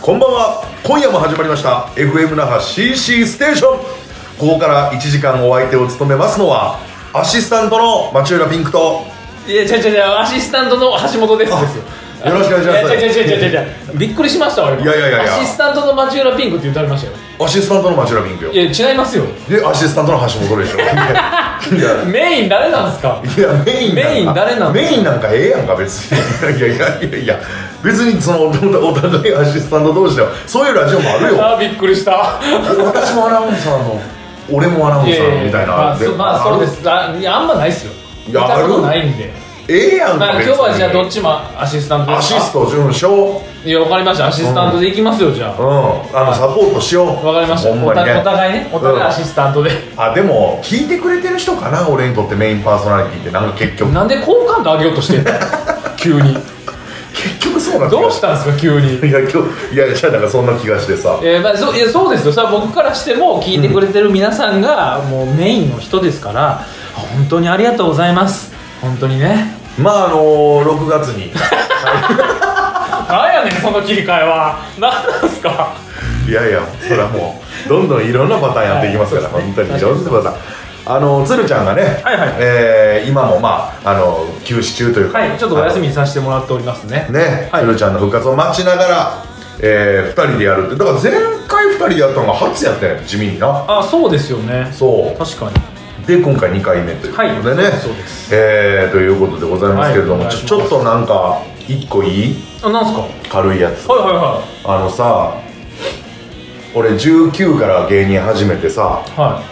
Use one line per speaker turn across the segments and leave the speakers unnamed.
こんばんは今夜も始まりました FM 那覇 CC ステーションここから1時間お相手を務めますのはアシスタントの町浦ピンクと
いや、違う違う違う、アシスタントの橋本です。
あよろしくお願いします
や違う違う違う違う違う、びっくりしましたわ、今
いやいやいやいや
アシスタントの町浦ピンクって言ってありましたよ。
アシスタントの町浦ピンクよ
いや、違いますよ。
でアシスタントの橋本でしょいやいや
メイン誰なんですか。
いやメインなんか
メイン誰なの
メインなんかええやんか別にいやいやいやいや別にそのおお互いアシスタント同士ではそういうラジオもあ るよ
あ、びっくりした。
私もアナウンサーの俺もアナウンサーみたいな
まあ、そまあ、そうで
る
す。あ、いやあんまないですよ。
いや
見た
ある
ことないんで。
ええやん
ま
か
あ、
別に
今日はじゃあどっちもアシスタント
ア
です
シ
か
スト準勝
いやわかりましたアシスタントでいきますよ、じゃ
うん、あのサポートしよう。
あわかりました
ほんま
お
にね
たお互いねお互いアシスタントで、
あ、でも、聞いてくれてる人かな、俺にとってメインパーソナリティって、なんか結局、
なんで好感度上げようとしてん の急に
結局そうなんだよ
どうしたんですか急に
いや、今日、いや、じゃあ、なんかそんな気がしてさ。
えーまあ、そういやそうですよさ僕からしても聞いてくれてる皆さんがもうメインの人ですから本当にありがとうございます本当にね
まあ、あのー、6月 に。
なんやねんその切り替えは何なんすか
いやいや、それはもう、どんどんいろんなパターンやっていきますから、
はい
本当にいろんなパターン。あの、鶴ちゃんがね、
はいはい
えー今も、まあ、あの、休止中というか、
はいちょっとお休みにさせてもらっておりますね
ね、
はい
鶴ちゃんの復活を待ちながら、え2人でやるってだから前回2人でやったのが初やったんや地味にな
あそうですよね
そう
確かに
で今回2回目ということでね、
はいそうです
えーということでございますけれども、
はい
ちょちょっとなんか1個いい
あなんすかは
軽いやつ
いはいは
あのさ俺19から芸人始めてさ
いは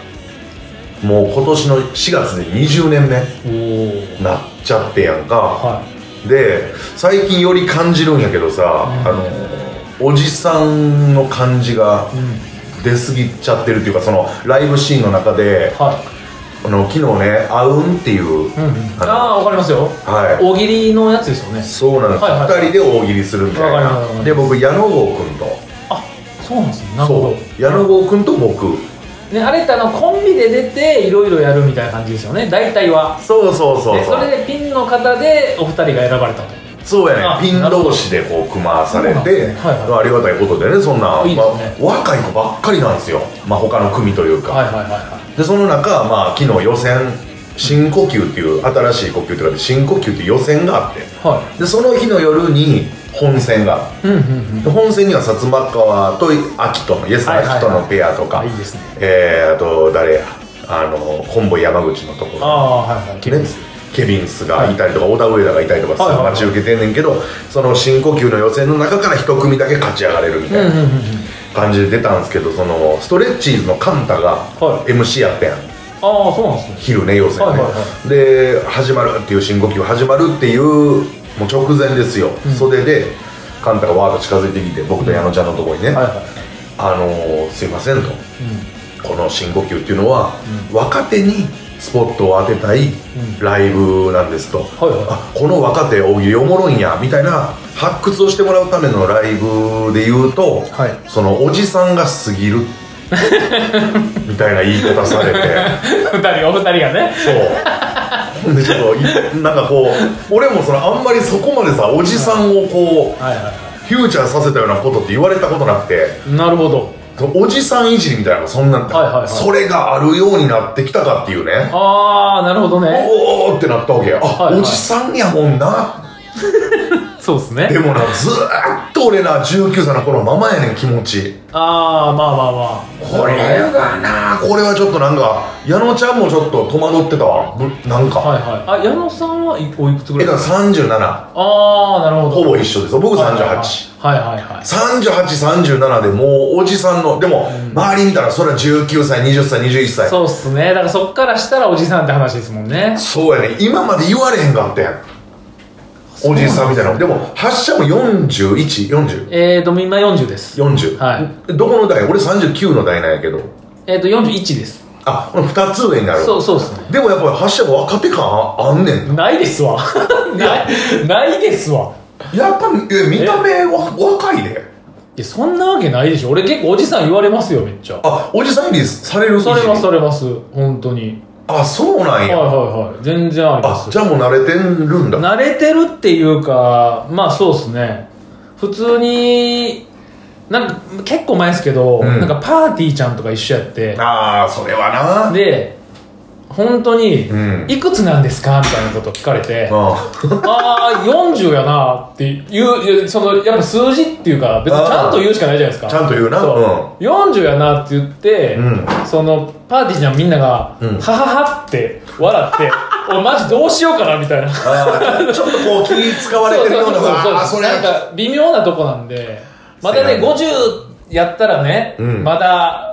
もう今年の4月で20年目
いお
なっちゃってやんか、
おは
で最近より感じるんやけどさ、
うん
あのおじさんの感じが
いうん
出過ぎちゃってるっていうかそのライブシーンの中で
は
あの昨日ね「あうん」っていう、
い、うんうん、ああわかりますよ
はい
大喜利のやつですよね
そうなんです、
はいはいはい
2人で大喜利するみたい
わかりますわか
な
ります
で僕矢野郷君と
あそうなんですねなるほ
そ
ど
う矢野郷君と僕
ね、あれってあのコンビで出ていろいろやるみたいな感じですよね大体は
そうそうそう
で
そ、
そうれでピンの方でお二人が選ばれたと
そうや
あ
ねピン同士でこう組まされ
そうなん
て、
ですねはい
ありがたいことでねそんない
いですね
まあ、若い子ばっかりなんですよ、まあ、他の組というか、
はいはいはいはい
でその中、まあ、昨日予選新呼吸っていう新しい呼吸とかで新呼吸っていう予選があって
は
でその日の夜に本戦があっ
いうんうんうん
てで本戦には薩摩川と秋とのイエス・
はいはいはい
秋とのペアとか、
あいいですね
えー、あと誰やあのコンボイ山口のとこ
あ
ろ
あはいはい
ねケビンスがいたりとか、小田上田がいたりとかさ、
はいはいはい
待ち受けてんねんけどその新呼吸の予選の中から一組だけ勝ち上がれるみ
うん
た
うん
い
うんう
なん感じで出たんですけど、そのストレッチーズのカンタが
はい
MC やったやん、
ああそうなんですね
昼ね要するにね、
はいはいは
で始まるっていう深呼吸始まるっていうもう直前ですよ、
うん
袖でカンタがわーっと近づいてきて僕と矢野ちゃんのとこにね「
はいはい
あのーすいません」と
う
「この深呼吸っていうのは、
う
若手にスポットを当てたい
ん
ライブなんです」と。
んはいは
あこの若手大喜利おもろいんやみたいな発掘をしてもらうためのライブで言うと、
はい
そのおじさんが過ぎ るみたいな言い方されて
い 二人お二人がね
そう。ほんでちょっといなんかこう俺もそのあんまりそこまでさおじさんをこ
はいはいうは
フューチャーさせたようなことって言われたことなくて
いなるほど
おじさんいじりみたいなのそんなんて、
はいはいはい
それがあるようになってきたかっていうね
ああなるほどね
おおーってなったわけやあ、
はいはい
おじさんやもんな
そうです
で
ね
もなずーっと俺な19歳の頃のままやねん気持ち
ああまあまあまあ
これがなこれはちょっとなんか矢野ちゃんもちょっと戸惑ってたわぶなんか、
はいはいあ矢野さんはいおいくつぐ
え
らい
だ
ですか
から
ああなる
37
ほど
ほぼ一緒ですよ僕38、
はいはいはい
3837でもうおじさんのでも周り見たらそれは19歳20歳21歳
そうっすねだからそっからしたらおじさんって話ですもんね
そうやね今まで言われへんかったやんおじさんみたいなでも発射も414040
えーと今40ですはい
どこの代俺39の代なんやけど
えーと41です
あこの2つ上になる
そうそうっすね
でもやっぱり発射も若手感ああんねんな
ないですわないないですわ
やっぱえ見た目は若いね
いやそんなわけないでしょ俺結構おじさん言われますよめっちゃ
あおじさんにされる
それま
れ
すそれます本当に
あそうなん
はい
や、
はい全然ありま
あ
す
じゃあもう慣れてるんだ
慣れてるっていうかまあそうですね普通になんか結構前ですけど、
うん
なんかパーティーちゃんとか一緒やって
ああそれはな
で本当に
うん
「いくつなんですか?」みたいなこと聞かれて「
あ
ああ40やな」っていういやそのやっぱ数字っていうか別にちゃんと言うしかないじゃないですか
ちゃんと言うな
そう40やなって言って、
うん
そのパーティーちゃんみんなが「
うん
ははは」って笑って 「俺マジどうしようかな」みた い
あ
な
ーちょっとこう気使われてるようなあーそれ
なん
は
か微妙なとこなんでまた
せ
ね
やな
50やったらね、
うん
まだ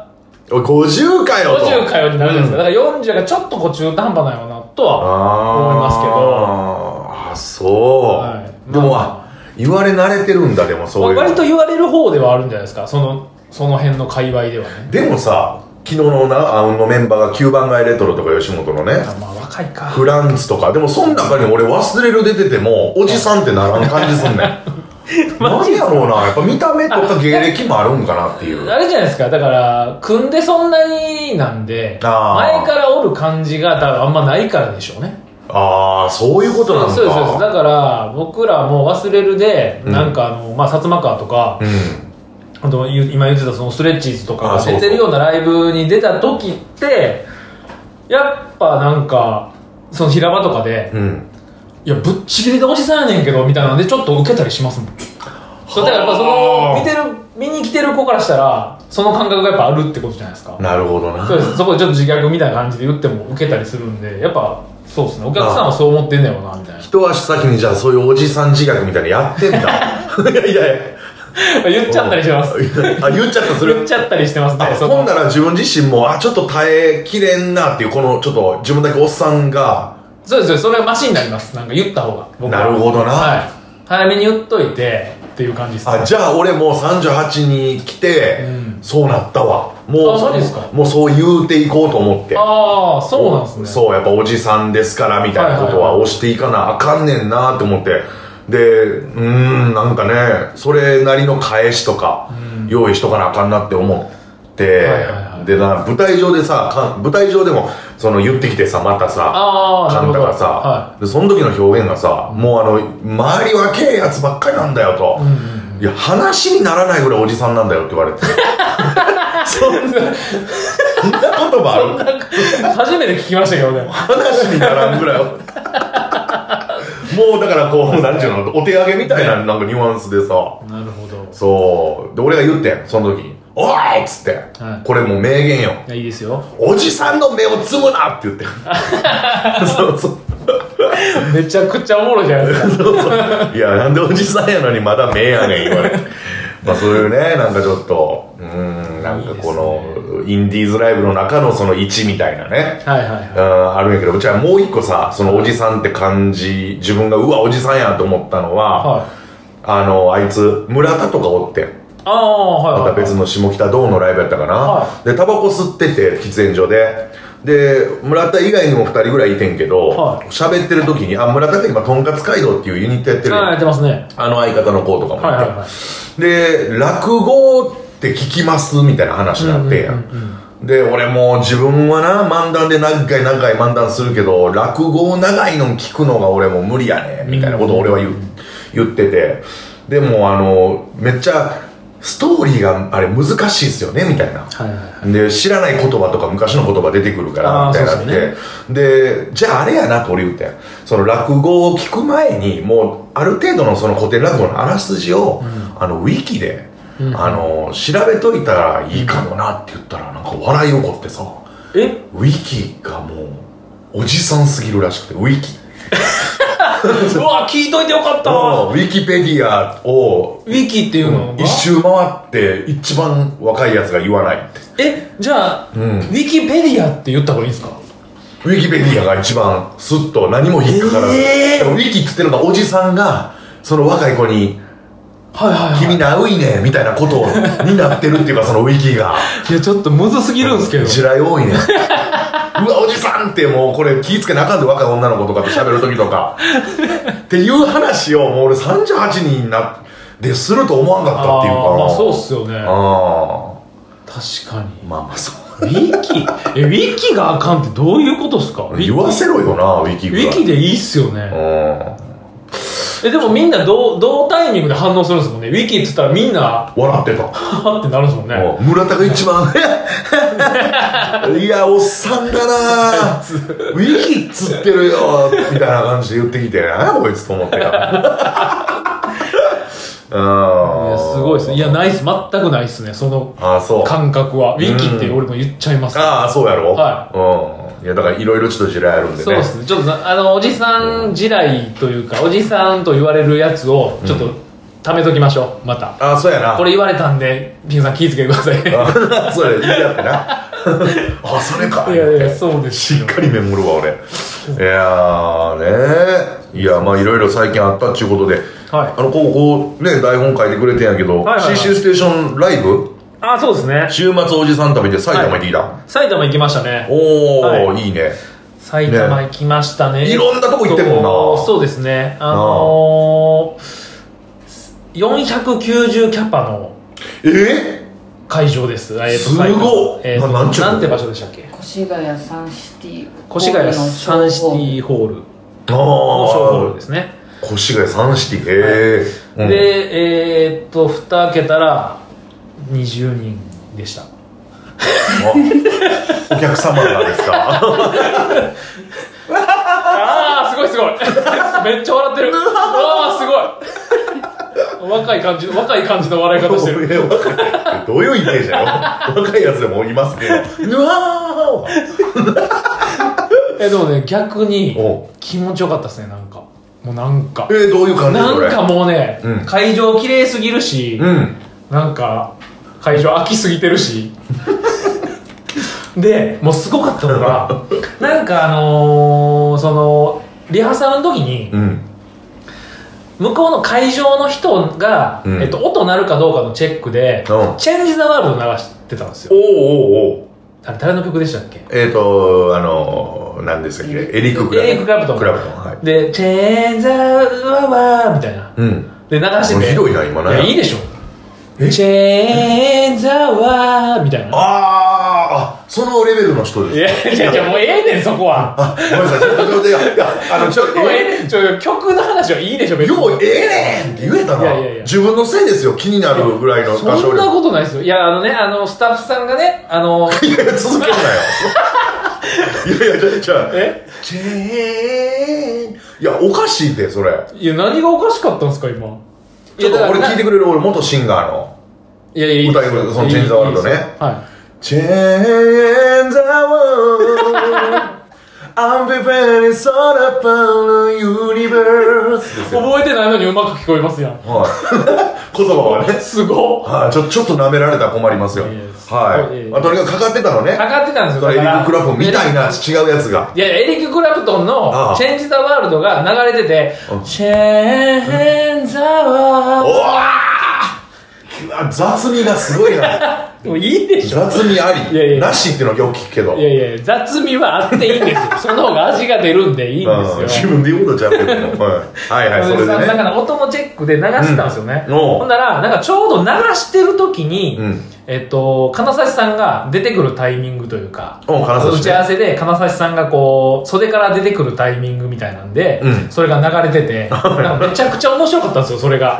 おい50かよと
50かよになるじゃないで
う
すか、
ん
だから40がちょっとこう中途半端なよなとは
あ
思いますけ
どあそう、
はい
でも、
まあ
あ、言われ慣れてるんだでもそういうの
割と言われる方ではあるんじゃないですかそのその辺の界隈ではね
でもさ昨日のなあのメンバーが9番街レトロとか吉本のね
あまあ若いか
フランスとかでもその中に俺忘れる出ててもおじさんってならん感じすんね ん何やろうなやっぱ見た目とか芸歴もあるんかなっていう
あれじゃないですかだから組んでそんなになんで前
あー
からおる感じが多分あんまないからでしょうね
ああそういうことなんだ
そうですそうですだから僕らも忘れるで、
うん
なんかあの、まあ、薩摩川とか、
うん
あとゆ今言ってたそのストレッチーズとか
あ
が
そうそ
出
う
てるようなライブに出た時ってやっぱなんかその平場とかで
うん
「いやぶっちぎりでおじさんやねんけど」みたいなんでちょっと受けたりしますもんそうだからやっぱその見てる見に来てる子からしたらその感覚がやっぱあるってことじゃないですか
なるほどな
そうですそこでちょっと自虐みたいな感じで言っても受けたりするんでやっぱそうですねお客さんはそう思ってんだよなみたいな
一足先にじゃあそういうおじさん自虐みたいなのやってん だいやいやいや
言っちゃったりしてます
あ言っちゃったす
言っ
る
ちゃったりしてますね
あ
そ
ほん
の
なら自分自身もあちょっと耐えきれんなっていうこのちょっと自分だけおっさんが
そうですよそれはマシになりますなんか言った方が僕は
なるほどな
はい早めに言っといてっていう感じですね
あじゃあ俺もう38に来て、
うん
そうなったわもう
あ
そ
マジですか
もうそう言うていこうと思って
ああそうなんですね
そうやっぱおじさんですからみたいなことは
はいはいはい
押していかなあかんねんなと思ってでうーんなんかねそれなりの返しとか
うん
用意しとかなあかんなって思って、
はいはいはい
でな舞台上でさかん舞台上でもその言ってきてさまたさ
ああな
カ
る
ン
ほ
タ
ど
がさ、
は
でその時の表現がさもうあの周りはけえやつばっかりなんだよと
い、う、ん
いや話にならないぐらいおじさんなんだよって言 われてそんなそんな言葉ある
初めて聞きましたけどね
話にならんぐらいもうだからこうなんていうのお手上げみたいななんかニュアンスでさ
なるほど
そうで俺が言ってんその時に「おーい!」っつって、
はい
これもう名言よ
いやいいですよ
「おじさんの目をつむな!」って言ってんそうそう
めちゃくちゃおもろいじゃないですか
いやなんでおじさんやのにまだ目やねん言われてまあそういうねなんかちょっとうーんなんかこのインディーズライブの中のその1みたいなね
はいはいはい
うんあるんやけどじゃあもう一個さそのおじさんって感じ自分がうわおじさんやと思ったのは、
はい
あのあいつ村田とかおってん
ああはい
ま
はい
た別の下北道のライブやったかな、
は
でタバコ吸ってて喫煙所でで村田以外にも2人ぐらいいてんけど
はい
喋、ってる時にあ村田って今とんかつ街道っていうユニットやってるやん
はいやってますね
あの相方の子とかもいて、
はいはいはい
で落語って聞きますみたいな話になってんやん,、
うんうんうん
で俺もう自分はな漫談で何回何回漫談するけど落語長いの聞くのが俺もう無理やねみたいなことを俺は言,、う言っててでもあのめっちゃストーリーがあれ難しいっすよねみたいな
はいはいはい
で知らない言葉とか昔の言葉出てくるか
あ
ら
ー
みたいになって
そう
で,、じゃああれやなと俺言うてんその落語を聞く前にもうある程度のその古典落語のあらすじを、あのウィキで、
うん
あの調べといたらいいかもなって言ったらなんか笑い起こってさ
え
ウィキがもうおじさんすぎるらしくてウィキ
うわ聞いといてよかったわ
ウィキペディアを
ウィキっていうのが
一周回って一番若いやつが言わないって
えじゃあ、
ん
ウィキペディアって言った方がいいんですか
ウィキペディアが一番スッと何も引っかからない、
えー
でもウィキっつってるのがおじさんがその若い子に
はいはい、
「
はい、
君なういね」みたいなことをになってるっていうかそのウィキが
いやちょっとむずすぎるんですけど
地雷多いねうわおじさんってもうこれ気ぃつけなあかんで若い女の子とかと喋る時とかっていう話をもう俺38になですると思わんかったっていうか
あー
な
まあそうっすよね
あー
確かに
まあまあそう
ウィキえ、ウィキがあかんってどういうことっすかウィキ
言わせろよな、ウィキ
ウ
ぐらい
ィキでいいっすよね。
うん。
え、でもみんな同、同タイミングで反応するんですもんね。ウィキって言ったらみんな、
笑ってた。
はってなるんですもんね。
うん村田が一番いやおっさんだなぁウィキっつってるよみたいな感じで言ってきて何やこいつと思ってから
いや
うん
すごいっすね。いや、ないっす。全くないっすね。その
ああそう
感覚は。ウィキって俺も言っちゃいます。
ああそうやろ
は
うんいやだからいろいろちょっと地雷あるんでね
そうですね。ちょっとな、あの、おじさん地雷というか、おじさんと言われるやつを、ちょっと、貯めときましょう。また。
ああそうやな
これ言われたんで、ピンさん気ぃつけてください。い
あ そうや言い合ってな あそれか
やいや、そうです
しっ
よ。
かりメモるわ俺いやーねいやまあいろいろ最近あったっちゅうことで
はい。
あの、こう、こう、ね、台本書いてくれてんやけど、
はいはいはい
CC ステーションライブ、
あ、そうですね。
週末おじさん旅で埼玉行ってきた。
埼玉行きましたね。
おー、、
はい
いね。
埼玉行きましたね
いろんなとこ行ってるもんな
そうそうですねあのー、490キャパの
え
会場ですえーと
すごっ
埼玉えーと
ななんちゅうとこ
なんて場所でしたっけ
越谷サンシティ
越谷サンシティホー
ー、
ルのショーホール
あ
ですね、
ー、越谷三シティ、へー。うん、
でえー、っと蓋開けたら20人でした
あお客様がですか
ああすごいすごい めっちゃ笑ってるああすごい若い感じの若い感じの笑い方してる
え若いどういうイメージだよ。若いやつでもいますけど。うわー
えでもね逆に
お
気持ちよかったですねなんかもうなんか
えー、どういう感じ
なんか
それ
もうね、
うん
会場綺麗すぎるし、
うん。
なんか会場空きすぎてるしでもうすごかった のがなんかあのーそのリハーサルの時に
うん。
向こうの会場の人が、
うん
えっと、音鳴るかどうかのチェックで「
うん
チェンジ・ザ・ワールド」流してたんです
お
よ
ーおーおー。
あれ誰の曲でしたっけ
えーと、あの、何ですか、エリック・クラブ
エリッククラプトン
クラプトン、はい。
で「チェンジ・ザ・ワー」みたいな
うん。
で流して
もう
て
ひどいな、今
いや、
ね。
いいでしょ。チェーンザワーみたいな。
あーあ、そのレベルの人
い
です。
やいやいや、もうええねん、そこは。
あ、ごめんなさい、ちょっと待っていやいや、あの、ちょっと、
もう
え
ええねんちょ曲の話はいいでしょ、別に。
よう、ええねんって言えた
いやいやい
な。
や
自分のせいですよ、気になるぐらいの歌
そ
唱
んな
力。
ことないですよ。いや、あのね、あの、スタッフさんがね、あ の、
いやいや、続ける なよ。いやいや、じゃあじゃあ、
え
チェーン。いや、おかしいって、それ。
いや、何がおかしかったんですか、今。い
ちょ
や、
っと俺聞いて
い
くれる、俺、元シンガーの。
や、いや、いい
歌
で
い
す
声
よ。
そのチェンジザワールドね
いいですよは
Change the world I'm preparing so upon the universe
い。覚えてないのにうまく聞こえますやん。
はい 言葉はね
すごっ。
はいちょちょっと舐められたら困りますよ
いやいやすごい
はいまあとにかくかかってたのね
かかってたんです
そ
よ。
れエリック・クラ
プ
ブみたいな違うやつが
いやいや、エリック・クラプトン
あ
の
あ
「チェンジ・ザ・ワールド」が流れてて
うん
「チェンジ・ザ・ワー
お
ル
わーうわ雑味がすごい な
ド」でもいいでしょ
雑味あ
いやい
り
や
なしっていうのはよく聞くけど
いやいや雑味はあっていいん ですよその方が味が出るんでいいん
うん
です
自
よ
分で言うことちゃうけどはいはいはいそれで
だか
ね
ら音のチェックで流してたんですよね、
うんおう
ほんならなんかちょうど流してる時に、
うん
えっと金指さんが出てくるタイミングというか
おう金指ね
打ち合わせで金指さんがこう袖から出てくるタイミングみたいなんで、
うん
それが流れて てなんかめちゃくちゃ面白かったんですよそれが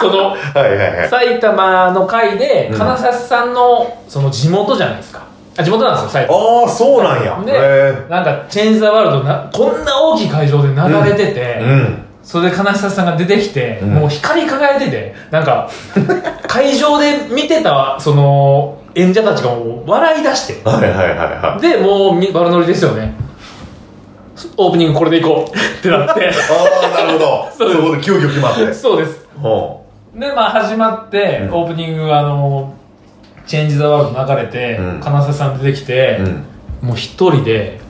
その
はいはいはい
埼玉の会で
うん
金指さんのその地元じゃないですかあ地元なんですよ埼玉
ああそうなんや
でなんか「チェンジ・ザ・ワールドな」こんな大きい会場で流れてて、
へえうん
それで金指さんが出てきて、
うん
もう光り輝いててなんか会場で見てたその演者たちがもう笑い出して
はいはいはいはい
でもうみバラ乗りですよねオープニングこれでいこうってなっ て
ああなるほど
そ
そう
です
ういうこと急遽決まって
そうです
ほ
でまあ始まって、
うん
オープニングあの「チェンジ・ザ・ワールド」流れて、
うん
金指さん出てきて、
ううん
もう一人で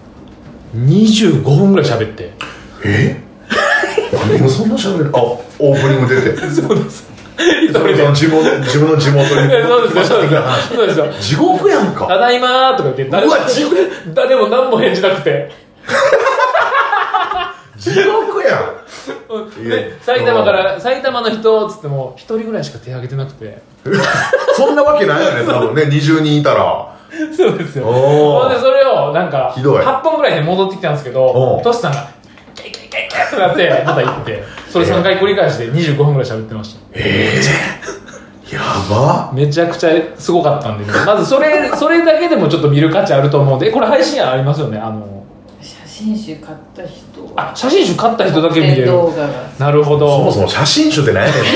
25分ぐらい喋って
え何をそんな喋るあオープニング出て
そうです一人
それ
で
その地元自分の地元に
えそう
戻
で
ってきま
すよ
した
そう
的
です
な
よ
話
そうですよ
地獄やん
た
か
だいまーとか言って誰も
うわ地
誰も何も返事なくて
地獄やんいや
で埼玉から埼玉の人っつっても一人ぐらいしか手挙げてなくて
そんなわけないよね多分ね20人いたら
そうですよ
おー
ほんでそれをなんか
ひどい
8本ぐらいで戻ってきたんですけ
お
ど
う
トシさんが「キャイキャイキャイキャイ」ってなってまた行ってそれ3回繰り返して25分ぐらい喋ってました
ええやば
めちゃくちゃすごかったんで、 まずそれそれだけでもちょっと見る価値あると思うんでえこれ配信ありますよねあの
写真集買った人は
あ写真集買った人だけ見れ
特典
る
動画が
なるほ
そ
ど
もそも写真集って何やねんって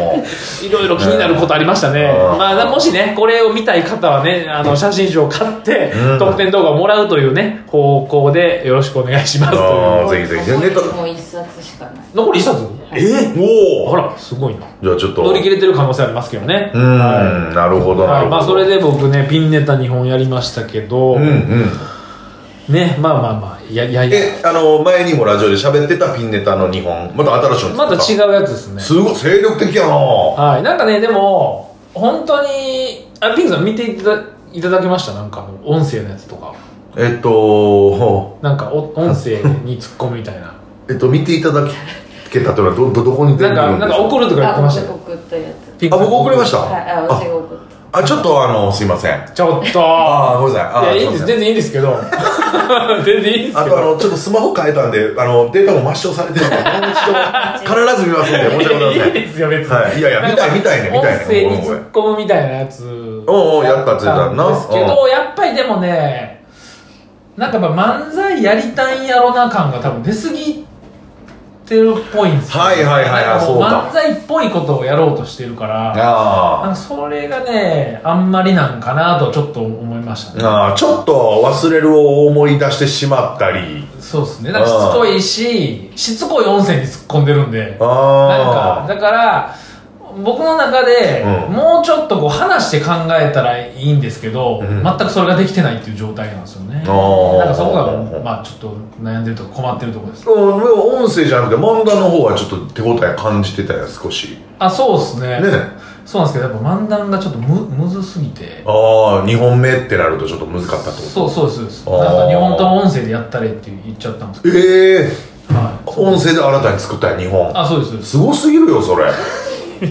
ことです
いろいろ気になることありましたね、
うん
まあ、もしねこれを見たい方はねあの写真集を買って、
うん
特典動画をもらうというね方向でよろしくお願いします
けれど
とい
も
う
あーぜひぜひネタ
もう一冊しかない
残り1冊
えお
あ
お
らすごいな
じゃあちょっと
乗り切れてる可能性ありますけどね
うーんなるほどなるほ
はい
ど
まあ、それで僕ねピンネタ2本やりましたけど、
うんうん
ねまあまあまあいやいやいや
えあの前にもラジオで喋ってたピンネタの2本また新しいの
また違
う
うやつですね
すごい精力的やな
はいなんかねでも本当にあピンクさん見ていただいただけましたなんかあの音声のやつとか
えっと
なんかお音声に突っ込むみたいな
えっと見ていただけたというのはどどどこに出て
な
く
ん
る
か
んで
な
す
んか
か
怒るとか言ってましたよ
送ったやつ
ピン
あ
クさん
僕送りました
はいあ私が送った
あちょっとあのすいません
ちょっと
ああごめんなさいあ
い
ー
やい
すい
いんで
ますせん
全然いいんですけ ど全然いいんです
あ
け
とあ
ど
のちょっとスマホ変えたんであのデータも抹消されてるんでもう一度必ず見ますんで申し訳ございま
いい
せん
ですよ別に、
はいいやいや
なんか
見たい見たいね見たいね
音声に突っ込むみたいなやつ
おうおうやったって言ってたな
やったんですけどやっぱりでもねなんかやっぱ漫才やりたいんやろな感が多分出過ぎてるっぽいんですよ
はいはいはい
なんかも
そう
う
か
漫才っぽいことをやろうとしてるからなん
あ
かそれがねあんまりなんかなとちょっと思いまし
ー
たね
あーちょっと忘れるを思い出してしまったり
そうですねなんかしつこいししつこい音声に突っ込んでるんでなんか
あ
だから僕の中で、
うん
もうちょっとこう話して考えたらいいんですけど、
うん
全くそれができてないっていう状態なんですよねなん
あー
かそこが、まあ、ちょっと悩んでるとか困ってるところで
あ
す
音声じゃなくて漫談の方はちょっと手応え感じてたよ少しね
あそうですね
あ
そうなんですけどやっぱ漫談がちょっとむむずすぎて
あ2本目ってなるとちょっと難かったってこ
そうそうですそうです
あー
なんか日本とも音声でやったれって言っちゃったんです
とええ
けど、はい、
音声で新たに作ったよ2本
あそうですそうです
すごすぎるよそれ いや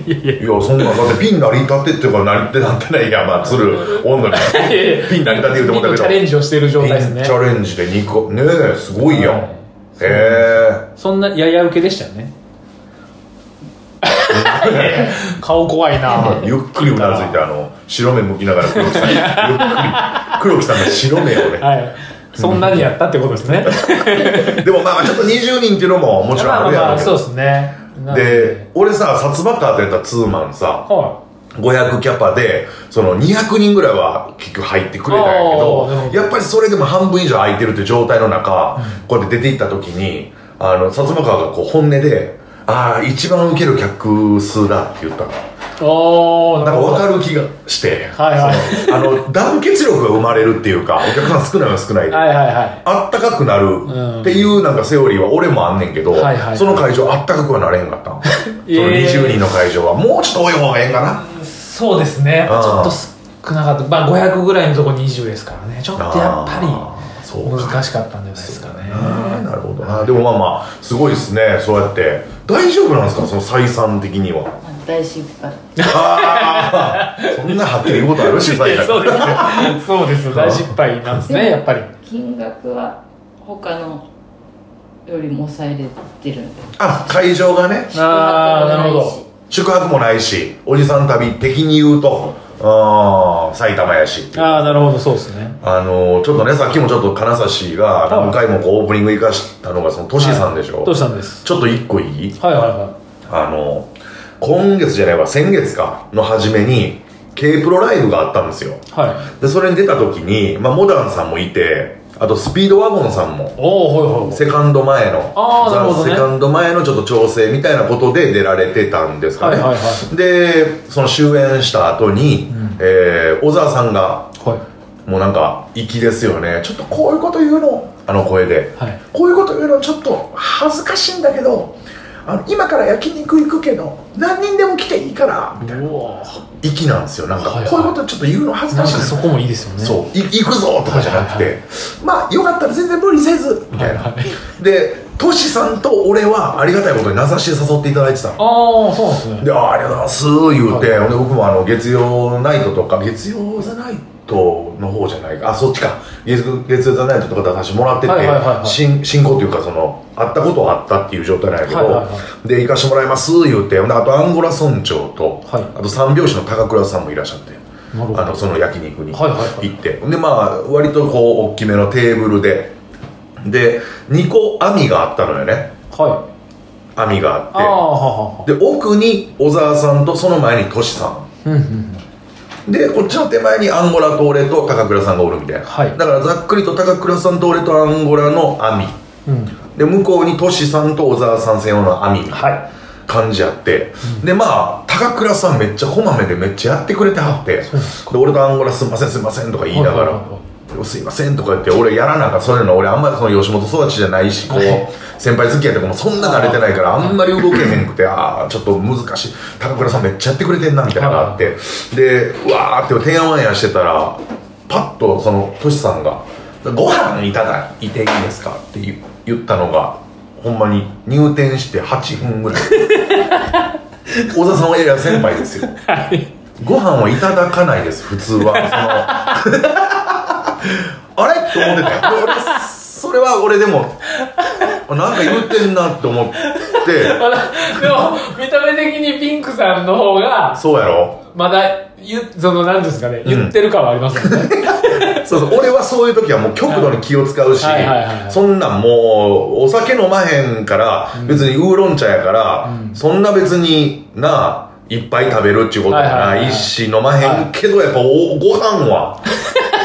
そんなんだってピンなり立ってっていうかなりってなってないやまあ鶴 温度に
い や
ピンなり立って言うと思ったけ
チ
ど
ャレンジをしてる状態です
ピン
ね
チャレンジで2個ねえすごいやん
はい
へえ
そんなやや受けでしたよね顔怖 いな
ゆっくりうなずいてあの白目向きながら黒木 さんにゆっくり黒木さんの白目をね
はいそんなにやったってことですね
でもまあまあちょっと20人っていうのももちろん
まあ
あ
まあ
る
ま
やろ
あ
うけ
そう
ど
ですねなの
で俺さ殺伐カーとやったツーマンさ
は
500キャパでその200人ぐらいは結局入ってくれたんやけ
あーなる
ど
ほど
やっぱりそれでも半分以上空いてるって状態の中こうやって出て行った時にあの薩摩川がこう本音で「ああ一番受ける客数だ」って言ったの
いおお
なんか分かる気がして
はいはい
そのあの団結力が生まれるっていうかお客さん少ないは少ないで
はいはいはい
あったかくなるっていうなんかセオリーは俺もあんねんけど、
はいはいはい
その会場あったかくはなれへんかったのその
えー
20人の会場はもうちょっと多い方がええんかな
そうですねち
あー
ょっと少なかったまあ500ぐらいのとこ20ですからねちょっとやっぱ
あーそ
り
うか
難しかったんじゃないですかね
あーなるほどなでもまあまあすごいですねそうやって大丈夫なんですかその採算的には
まあ大失敗
ああそんなはっきり言うことあるし採
いやそう
算
ですよそうですよ大失敗なんですねやっぱり
金額は他のよりも抑えれてるんで
あ会場がね
あーなるほど
宿泊もないしおじさん旅的に言うとあー埼玉やし
ああなるほどそうですね
あのーちょっとねさっきもちょっと金指が
はい
何回もこうオープニング生かしたのがそのトシさんでしょ、
どうしたんです
ちょっと一個いい
はいはいは
あのー今月じゃないわ先月かの初めに K プロライブがあったんですよ
いはい
でそれに出た時に、まあ、モダンさんもいてあとスピードワゴンさんも
おおはいはいはい
セカンド前の
あーなるほどね
ザセカンド前のちょっと調整みたいなことで出られてたんですか
は
ね、
いはいは
でその終演した後に、えー小沢さんが
いはい
もうなんか粋ですよねちょっとこういうこと言うのあの声で
はい
こういうこと言うのちょっと恥ずかしいんだけどあの今から焼肉行くけど何人でも来ていいからみたいな
うわ
粋なんですよなんか
はいはい
こういうことちょっと言うの恥ず
なん
か
か
しい
そこもいいですよね
そうい行くぞとかじゃなくて、
はい
まあよかったら全然無理せずみたいな、
はい
でトシさんと俺はありがたいことに名指しで誘っていただいてたの
ああそうなんですね
で「あーありがとうございます」言うて、
はい
ほんで僕もあの月曜ナイトとか月曜ザナイトの方じゃないかあそっちか月月曜ザナイトとか出させてもらってて、
はいはいはいはい
進進行っていうかその会ったことはあったっていう状態なんやけど、
はいはいは
で行かしてもらいます言うてほんであとアンゴラ村長と、
はい
あと三拍子の高倉さんもいらっしゃって
なるほど
あのその焼肉に
はいはいはい
行って、でまあ割とこう大きめのテーブルでで2個網があったのよね
はい
網があって
ああははは
で奥に小沢さんとその前にトシさ
うんうんうん
んでこっちの手前にアンゴラと俺と高倉さんがおるみたいな、
はい
だからざっくりと高倉さんと俺とアンゴラの網
うん
で向こうにトシさんと小沢さん専用の網みたいな
は
感じあって、でまあ高倉さんめっちゃこまめでめっちゃやってくれてはってで俺とアンゴラ「すいませんすいません」とか言いながら「
はいはいは
すいません」とか言って俺やらなんかそういうの俺あんまりその吉本育ちじゃないしこう、
はい
先輩付き合いとかもそんな慣れてないからあんまり動けへんくてああちょっと難しい高倉さんめっちゃやってくれてんなみたいなのがあってでうわーって提案案やしてたらパッとそのトシさんが「ご飯いただいていいですか?」って言言ったのがほんまに入店して8分ぐらい小田さんはいやいや先輩ですよ
い
ご飯をいただかないです普通はそのあれと思ってたよで俺それは俺でもなんか言ってんなって思って
まだでも見た目的にピンクさんの方が
そうやろ
まだゆその何ですかね
ん
言ってる感はありますよね、
そうそう俺はそういう時はもう極度に気を使うし
はいはいはいはい
そんなんもうお酒飲まへんから別にウーロン茶やから
うん
そんな別にないっぱい食べるっちゅうことはないし飲まへんけどやっぱおご飯 は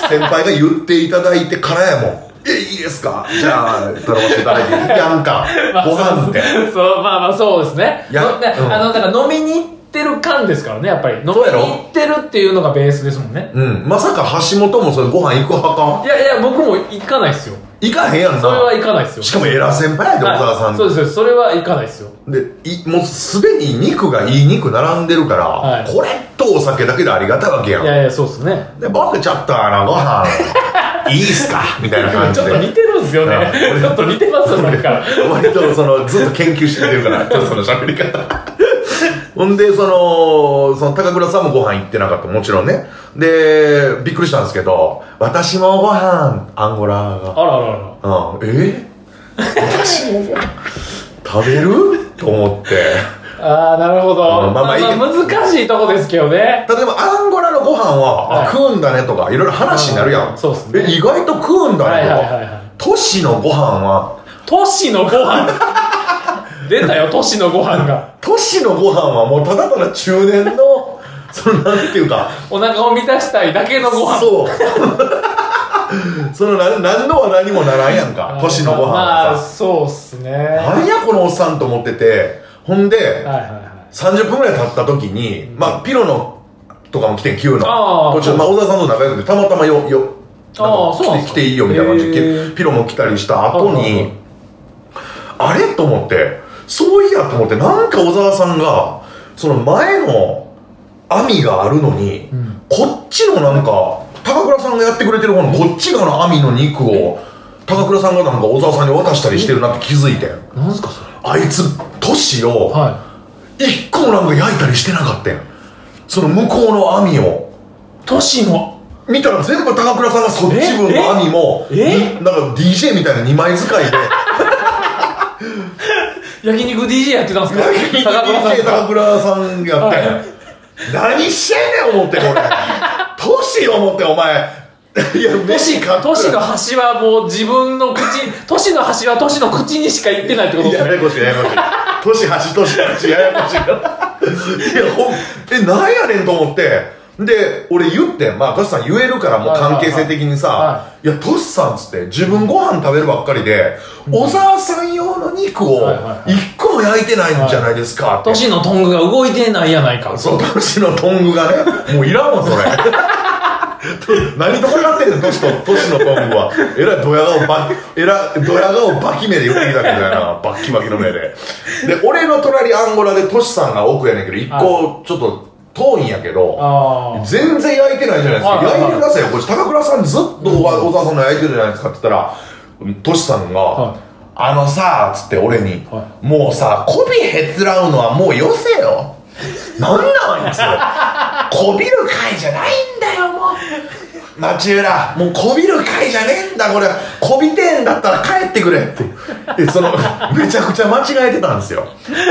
先輩が言っていただいてからやもんえいいですかじゃあ頼ませていただいて いいやんか
ま あ
ご飯って
そうまあまあそうですね
いや
そね
うん
あのだから飲みに行ってる感ですからねやっぱり飲みに
うやろ
行ってるっていうのがベースですもんね
うんまさか橋本もそれご飯行く派か
いやいや僕も行かないですよ
行かへんやんな
それは行かないですよ
しかも偉先輩やで小沢さん
は
っ
い、
て
そうですそうですそれは行かないですよ
でいもうすでに肉がいい肉並んでるから、
はい
これとお酒だけでありがたいわけやん
いやいやそうですね
で僕ちょっとあのご 飯いいっすかみたいな感
ち
じ
ょっ
で
と似てるんですよね
うん
ちょっと似てますよなんか
割とそのずっと研究してくれる からちょっとその喋り方ほんでそのその高倉さんもご飯行ってなかったもちろんねでびっくりしたんですけど私もご飯アンゴラが
あらあらあら
うん、え私もご飯食べると思って
ああなるほど、
うんま
ま
あ
あ
ま
ま
あ
あ、
いいけど
難しいとこですけどね
例えばアンゴラのご飯は、
はい
あ食うんだねとかいろいろ話になるやん、
うんそうっすね
え意外と食うんだ
はい
ねと
は
か、
いはいはい
都市のご飯は
都市のご飯出たよ都市のご飯が
都市のご飯はもうただただ中年の そのなんていうか
お腹を満たしたいだけのご飯
そう そのなん何の話題にもならんやんか都市のご飯
ま
は
あ
さ、
そうっすねはい
なんやこのおっさんと思っててほんで、
はいはい
30分ぐらい経った時に、まあ、ピロのとかも来てん急の
ああ
こっちのまあ、小沢さんと仲良くてたまたまよよなんか
ああそうなん
来て来
ですか
ていいよみたいな感じ
へえ
でピロも来たりした後
はいはいは
に
い
あれと思ってそういやと思ってなんか小沢さんがその前の網があるのに、
うん
こっちのなんか高倉さんがやってくれてる方のこっち側の網の肉を高倉さんがなんか小沢さんに渡したりしてるなって気づいてん
なんすかそれ
あいつ都市を、
は
一個もなんか焼いたりしてなかったよその向こうの網を
い都市の
見たら全部高倉さんがそっち分の網も
え
になんか DJ みたいな2枚使いで
焼肉 DJ やってたんすか 高倉さん
DJ
が
高倉さんやったよ、
は
何してんねん思って俺都市思ってお前いや
都市
飯買って
都市の端はもう自分の口都市の端は都市の口にしか行ってないってことです
や
ね
やこしいややこしい都市橋都市橋ややこしいいやほんえなんやねんと思ってで俺言ってんまあトシさん言えるからもう
はいはいは
関
い
係性的にさ、
はい
やトシさんっつって自分ご飯食べるばっかりで、小沢さん用の肉を
はいはいはい
一個も焼いてないんじゃないですかって、
都市のトングが動いてないやな いか
そうトシのトングがねもういらんもんそれと何と戦ってんねんトシとトシのトングはえらいドヤ顔バえらいドヤ顔バキ目で言ってきたみたいなバッキバキの目でで俺の隣アンゴラでトシさんが奥やねんけど一個ちょっと遠いんやけど
ああ
全然焼いてないじゃないですか
はいはいはい
焼いてくださいよこっち高倉さんずっと小沢さんの焼いてるじゃないですかって言ったらトシさんが、
はい
あのさ」つって俺に
は
「もうさ媚びへつらうのはもうよせよ」なんなんあいつこびる会じゃないんだよもう町浦もうこびる会じゃねえんだこれこびてんだったら帰ってくれってでそのめちゃくちゃ間違えてたんですよ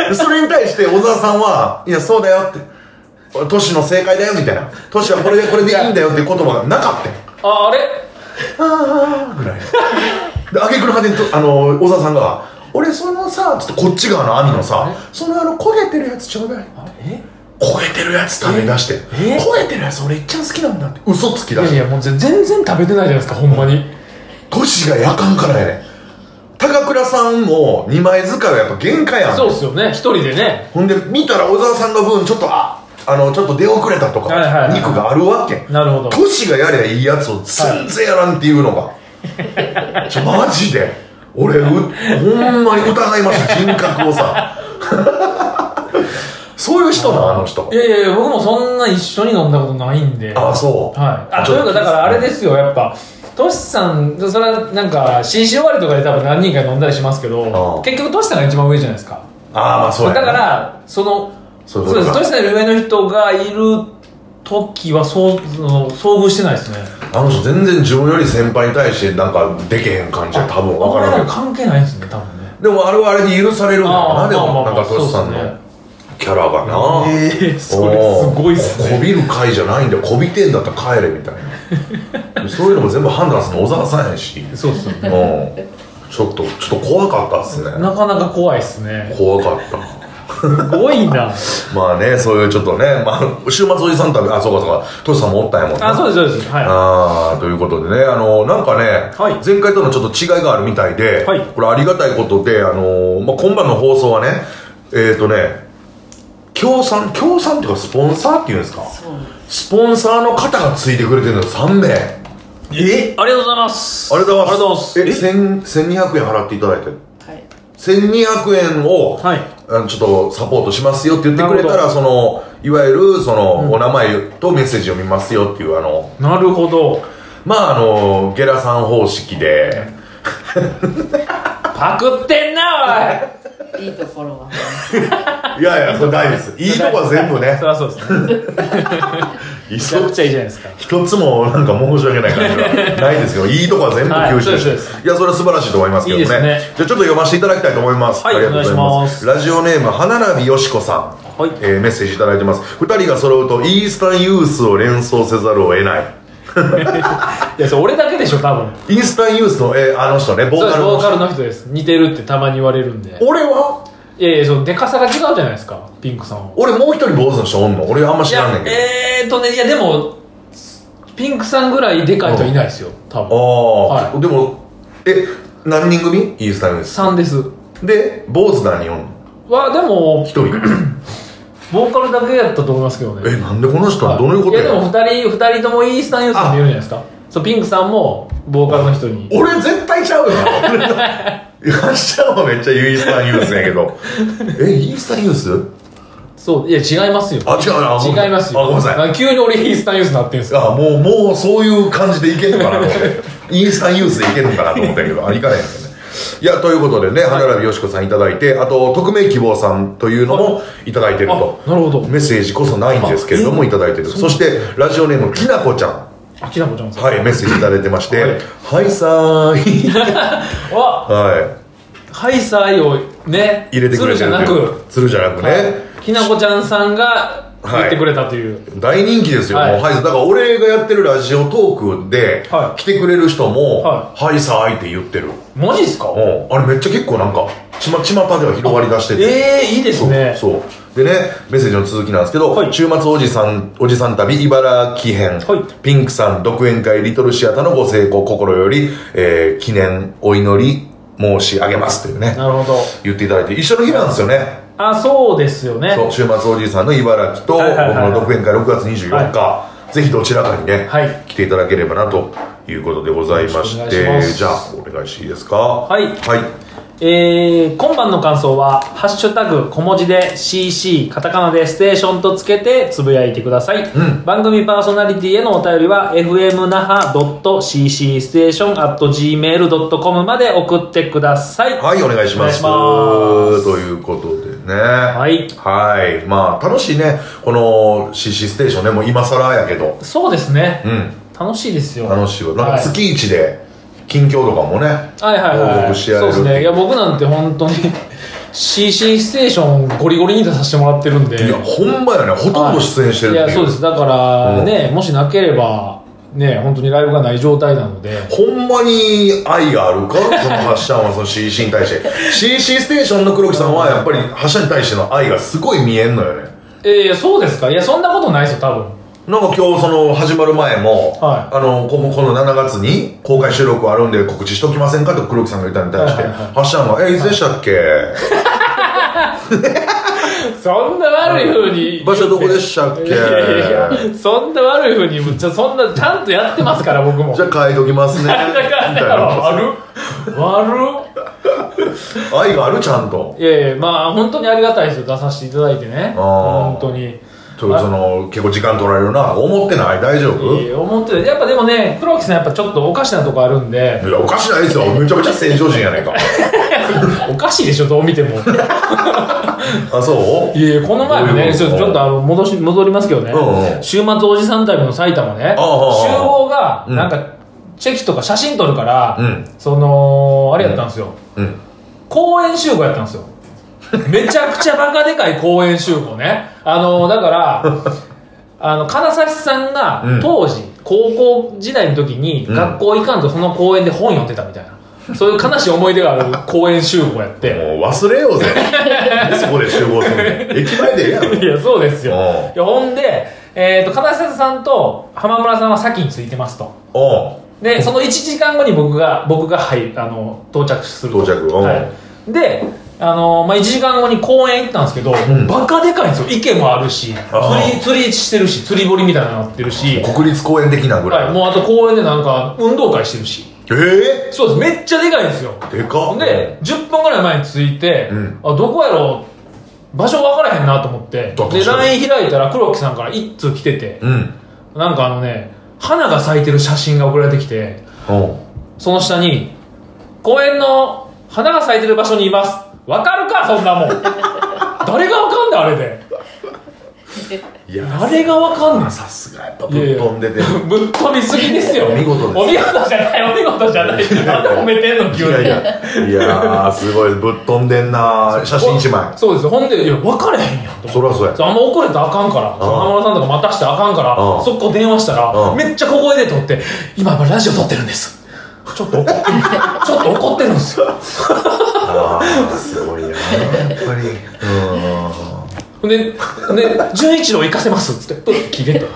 でそれに対して小沢さんは「いやそうだよ」って「トシの正解だよ」みたいな「トシはこれでこれでいいんだよ」っていう言葉がなかったよ
ああれ
ぐらいで挙句の果てにとあの小沢さんが「俺そのさ」つってこっち側の兄のさ「そのあの焦げてるやつちょうだい」
え
焦げてるやつ食べ出して
え
焦げてるやつ俺いっちゃん好きなんだって嘘つき
い
だ
やい
して
やもう全然食べてないじゃないですかほんまに
都市がやかんからやね高倉さんも2枚使いはやっぱ限界やん
そうっすよね一人でね
ほんで見たら小沢さんの分ちょっとああのちょっと出遅れたとか、
はいはいはい
肉があるわけ
なるほど
都市がやりゃいいやつを全然やらんっていうのが、 ちょマジで俺うほんまに疑いました人格をさ そういう人なあの人
いやいやいや僕もそんな一緒に飲んだことないんで
ああそう
はい、あ
ち
と
ょ
い
っ
うかだからあれですよやっぱトシさんそれはなんか CC 終わりとかで多分何人か飲んだりしますけ
う
ど
ん
結局トシさんが一番上じゃないですか
ああまあそうやな
だからその
そういう
そ
こと
うで
か
すトシさんより上の人がいる時はそうその遭遇してないですね
あの人全然自分より先輩に対してなんかでけへん感じは多分分から
俺
ない
ら関係ないですね多分ね
でもあれはあれで許されるんだよ
あ
な
あ
でも
ま
な
あまあ
ん
まあ
かトシさん
そうっす
の
ね
キャラがな
ええそれすごいっす
こ
ね
びる会じゃないんだよこびてんだったら帰れみたい なそういうのも全部判断するの小沢さんやしうん
そうっすよね
ちょっとちょっと怖かったっすね
なかなか怖いっす ね
怖かった
すごいな
まあねそういうちょっとね、まあ、週末おじさん旅あそうかそうかトシさんもおったんやもんな
あそうですそうですはい
あーということでねあのなんかね、
はい
前回とのちょっと違いがあるみたいで、
はい
これありがたいことであの、まあ、今晩の放送はねえっ、ー、とね協賛協賛っていうかスポンサーっていうんですか
そう
スポンサーの方がついてくれてるの3名あ
えありがとうございます
りがとうございます
ありがとうございます
え千1200円払っていただいて
はい
1200円を、
はい
あのちょっとサポートしますよって言ってくれた
な
らそのいわゆるその、お名前とメッセージを見ますよっていうあの
なるほど
まああのゲラさん方式で
パクってんなおい
いいところはい
やいや、それ大事 です。いいとこは全部ね
そ、りゃそうです ね。
いっ
めちゃ
そ
くちゃいいじゃないですか。
一つもなんか申し訳ない感じはないですけど、いいとこは全部
はい
吸収して、
そう
い
ですそう
や、それは素晴らしいと思いますけどね。
いいですね
じゃあちょっと読ませていただきたいと思います。
はい
ありがとうござい
お願
ま。
いします
ラジオネーム、花並よしこさん。
はい
えーメッセージいただいてます。二人が揃うと、イースタンユースを連想せざるを得ない。
いや、それ俺だけでしょ、多分。
イースタンユースの、えーあの人ね、ボ
そう
ー
で
カ
す
ル
ボ
の
ーカ
人。
ルの人です。似てるってたまに言われるんで。
俺はい
やいや、そのデカさが違うじゃないですか、ピンクさんは。
俺もう一人坊主の人おんの俺あんま
い
知らんねんけど。
えーっとね、いや、でも、ピンクさんぐらいでかい人いないですよ、多
あ
分。
あ、
は
でも、え、何人組イースタンユース。
さんです。
で、坊主何人おんの
は、でも、
一人
ボーカルだけやったと思いますけど
え
ね。
なんでこの人
は
どういうこと
い
や
や、でも二人、二人ともイースタンユースに見えるじゃないですか。そう、ピンクさんも、ボーカルの人に。
俺絶対ちゃう よなよっしゃはめっちゃイースタンユースやけどえイースタンユース
そう、いや、違いますよ。
あ違うな
違いますよ。
あごめんなさい
い。急に俺イースタンユースになってんすよ。
あもうもうそういう感じでいけるのかなと思ってイースタンユースでいけるのかなと思ったけどあいかないですよねいやということでね花並よしこさんいただいてあと匿名希望さんというのもいただいてる
あ、
と
なるほど。
メッセージこそないんですけれどもいただいてるそしてラジオネームきなこちゃん
あきなこちゃんさん。
はいメッセージいただいてまして「はいさー い」
わ、
はい
ハイサイをね、
入れてくれてる
鶴じゃなく、
鶴じゃなくね、
きなこちゃんさんが
はい
言ってくれたという。
大人気ですよ、
はい
もうハイサーだから俺がやってるラジオトークで、
はい
来てくれる人も、
は
ハイサーいって言ってる、
マジっすか
うんあれめっちゃ結構なんかちまちまたでは広がりだしてて
ええ、いいですね。
そうそうでねメッセージの続きなんですけど、
はい
週末おじさんおじさん旅茨城編、
はい
ピンクさん独演会リトルシアターのご成功心より、えー記念お祈り申し上げますというね
なるほど。
言っていただいて一緒の日なんですよね
あ、そうですよね。
そう週末おじいさんの茨城と
はい
僕
はいはいはい
の独演会6月24日、ぜひどちらかにね、
はい
来ていただければなということでございまし
よろしくお願
て
いします
じゃあお願いしていいですかはいはい
えー、今晩の感想は、ハッシュタグ小文字で CC、カタカナでステーションとつけてつぶやいてください。
ん
番組パーソナリティへのお便りは、fmnaha.cc ステーション at gmail.com まで送ってください。
はい、お願いします。
お願いします
ということでね。
い
はい。まあ、楽しいね。この CC ステーションね、もう今更やけど。
そうですね
う。ん。
楽しいですよ。
楽しいわ。なんか
はい
月一で、近況とかもね。
はいはい
報
はい。
告し合え
そ
る
うですね。いや、僕なんて本当に CC ステーションゴリゴリに出させてもらってるんで。
いや、ほんまやね。ほとんど出演してる
い
っていう。
や、そうです。だからね、もしなければ、ね、本当にライブがない状態なので。
ほんまに愛があ るかその発射はその CC に対して。CC ステーションの黒木さんはやっぱり発射に対しての愛がすごい見えんのよね。
ええそうですかいや、そんなことないですよ、多分。
なんか今日その始まる前も、
は
あのこのこの7月に公開収録あるんで告知しときませんかと黒木さんが言ったのに対して、
はい
は
はいは
ッ
い
シャンが「えいつでしたっけ
そんな悪いふうに。
場所どこでしたっけ
いやいやいや、そんな悪いふうに、むっちゃ、そんな、ちゃんとやってますから、僕も。
じゃあ書いときますね」み
だから
たい
ね
な
悪っ悪っ
愛があるちゃんと
いやいや、まあ、本当にありがたいですよ、出させていただいてね。
あー
本当に。
とその結構時間取られるな思ってない大丈夫
いや思ってるやっぱでもね黒木さんやっぱちょっとおかしなとこあるんで
いやおかしないですよめちゃめちゃ正常人やないか
おかしいでしょどう見ても
あそう
いやいやこの前もねち
どういうこと
ょちょっとあの戻し戻りますけどね、
うんうん
週末おじさん旅の埼玉ね
ああああ
集合が
うん
なんかチェキとか写真撮るから、
うん
そのあれやったんですよ、
うん
公園集合やったんですよめちゃくちゃバカでかい公園集合ねあのだから あの金指さん
う
が
ん
当時、高校時代の時に
うん
学校行かんとその公園で本読んでたみたいな、そういう悲しい思い出がある公園集合やっ て
もう忘れようぜそこで集合するの駅前でええやろ
いやそうですよ
うん
いやほんで、えー、と金指さんと浜村さんは先についてますと
おう
でその1時間後に僕が僕が、はい、あの到着すると
到着うん
はい、であの、まあ、1時間後に公園行ったんですけど、
ん
バカでかいんですよ池もあるし
あー
釣り釣りしてるし釣り堀みたいなのなってるし、
国立公園的なぐらい、
はい、もうあと公園でなんか運動会してるし
え
そうですめっちゃでかいんですよ
えでかっ
で10分ぐらい前に着いて、
うん
あどこやろう場所分からへんなと思って
どこ
で
しよう
LINE 開いたら黒木さんから一通来てて、
うん
なんかあのね花が咲いてる写真が送られてきて
おう
その下に「公園の花が咲いてる場所にいます」わかるかそんなもん 誰がわかんだあれで
いや
誰がわかん
ま
な
あ
い
さすがやっぱぶっ飛んでてる
ぶっ飛びすぎですよ
お見事です
お見事じゃないお見事じゃないなんで褒めてんの
い
急に
やいやいやーすごいぶっ飛んでんな写真一枚
そうですよほんでいや分かれへんやんと思って
そりゃそうや
あんま遅れたらあかんから浜村さんとか待たしてあかんから
うん
速攻電話したら
うん
めっちゃ小声で撮って今ラジオ撮ってるんですちょっと怒ってる ちょっと怒ってるんですよ
ああすごいなやっぱりう
ほんでで純一郎行かせますっつってプッ切れた
ん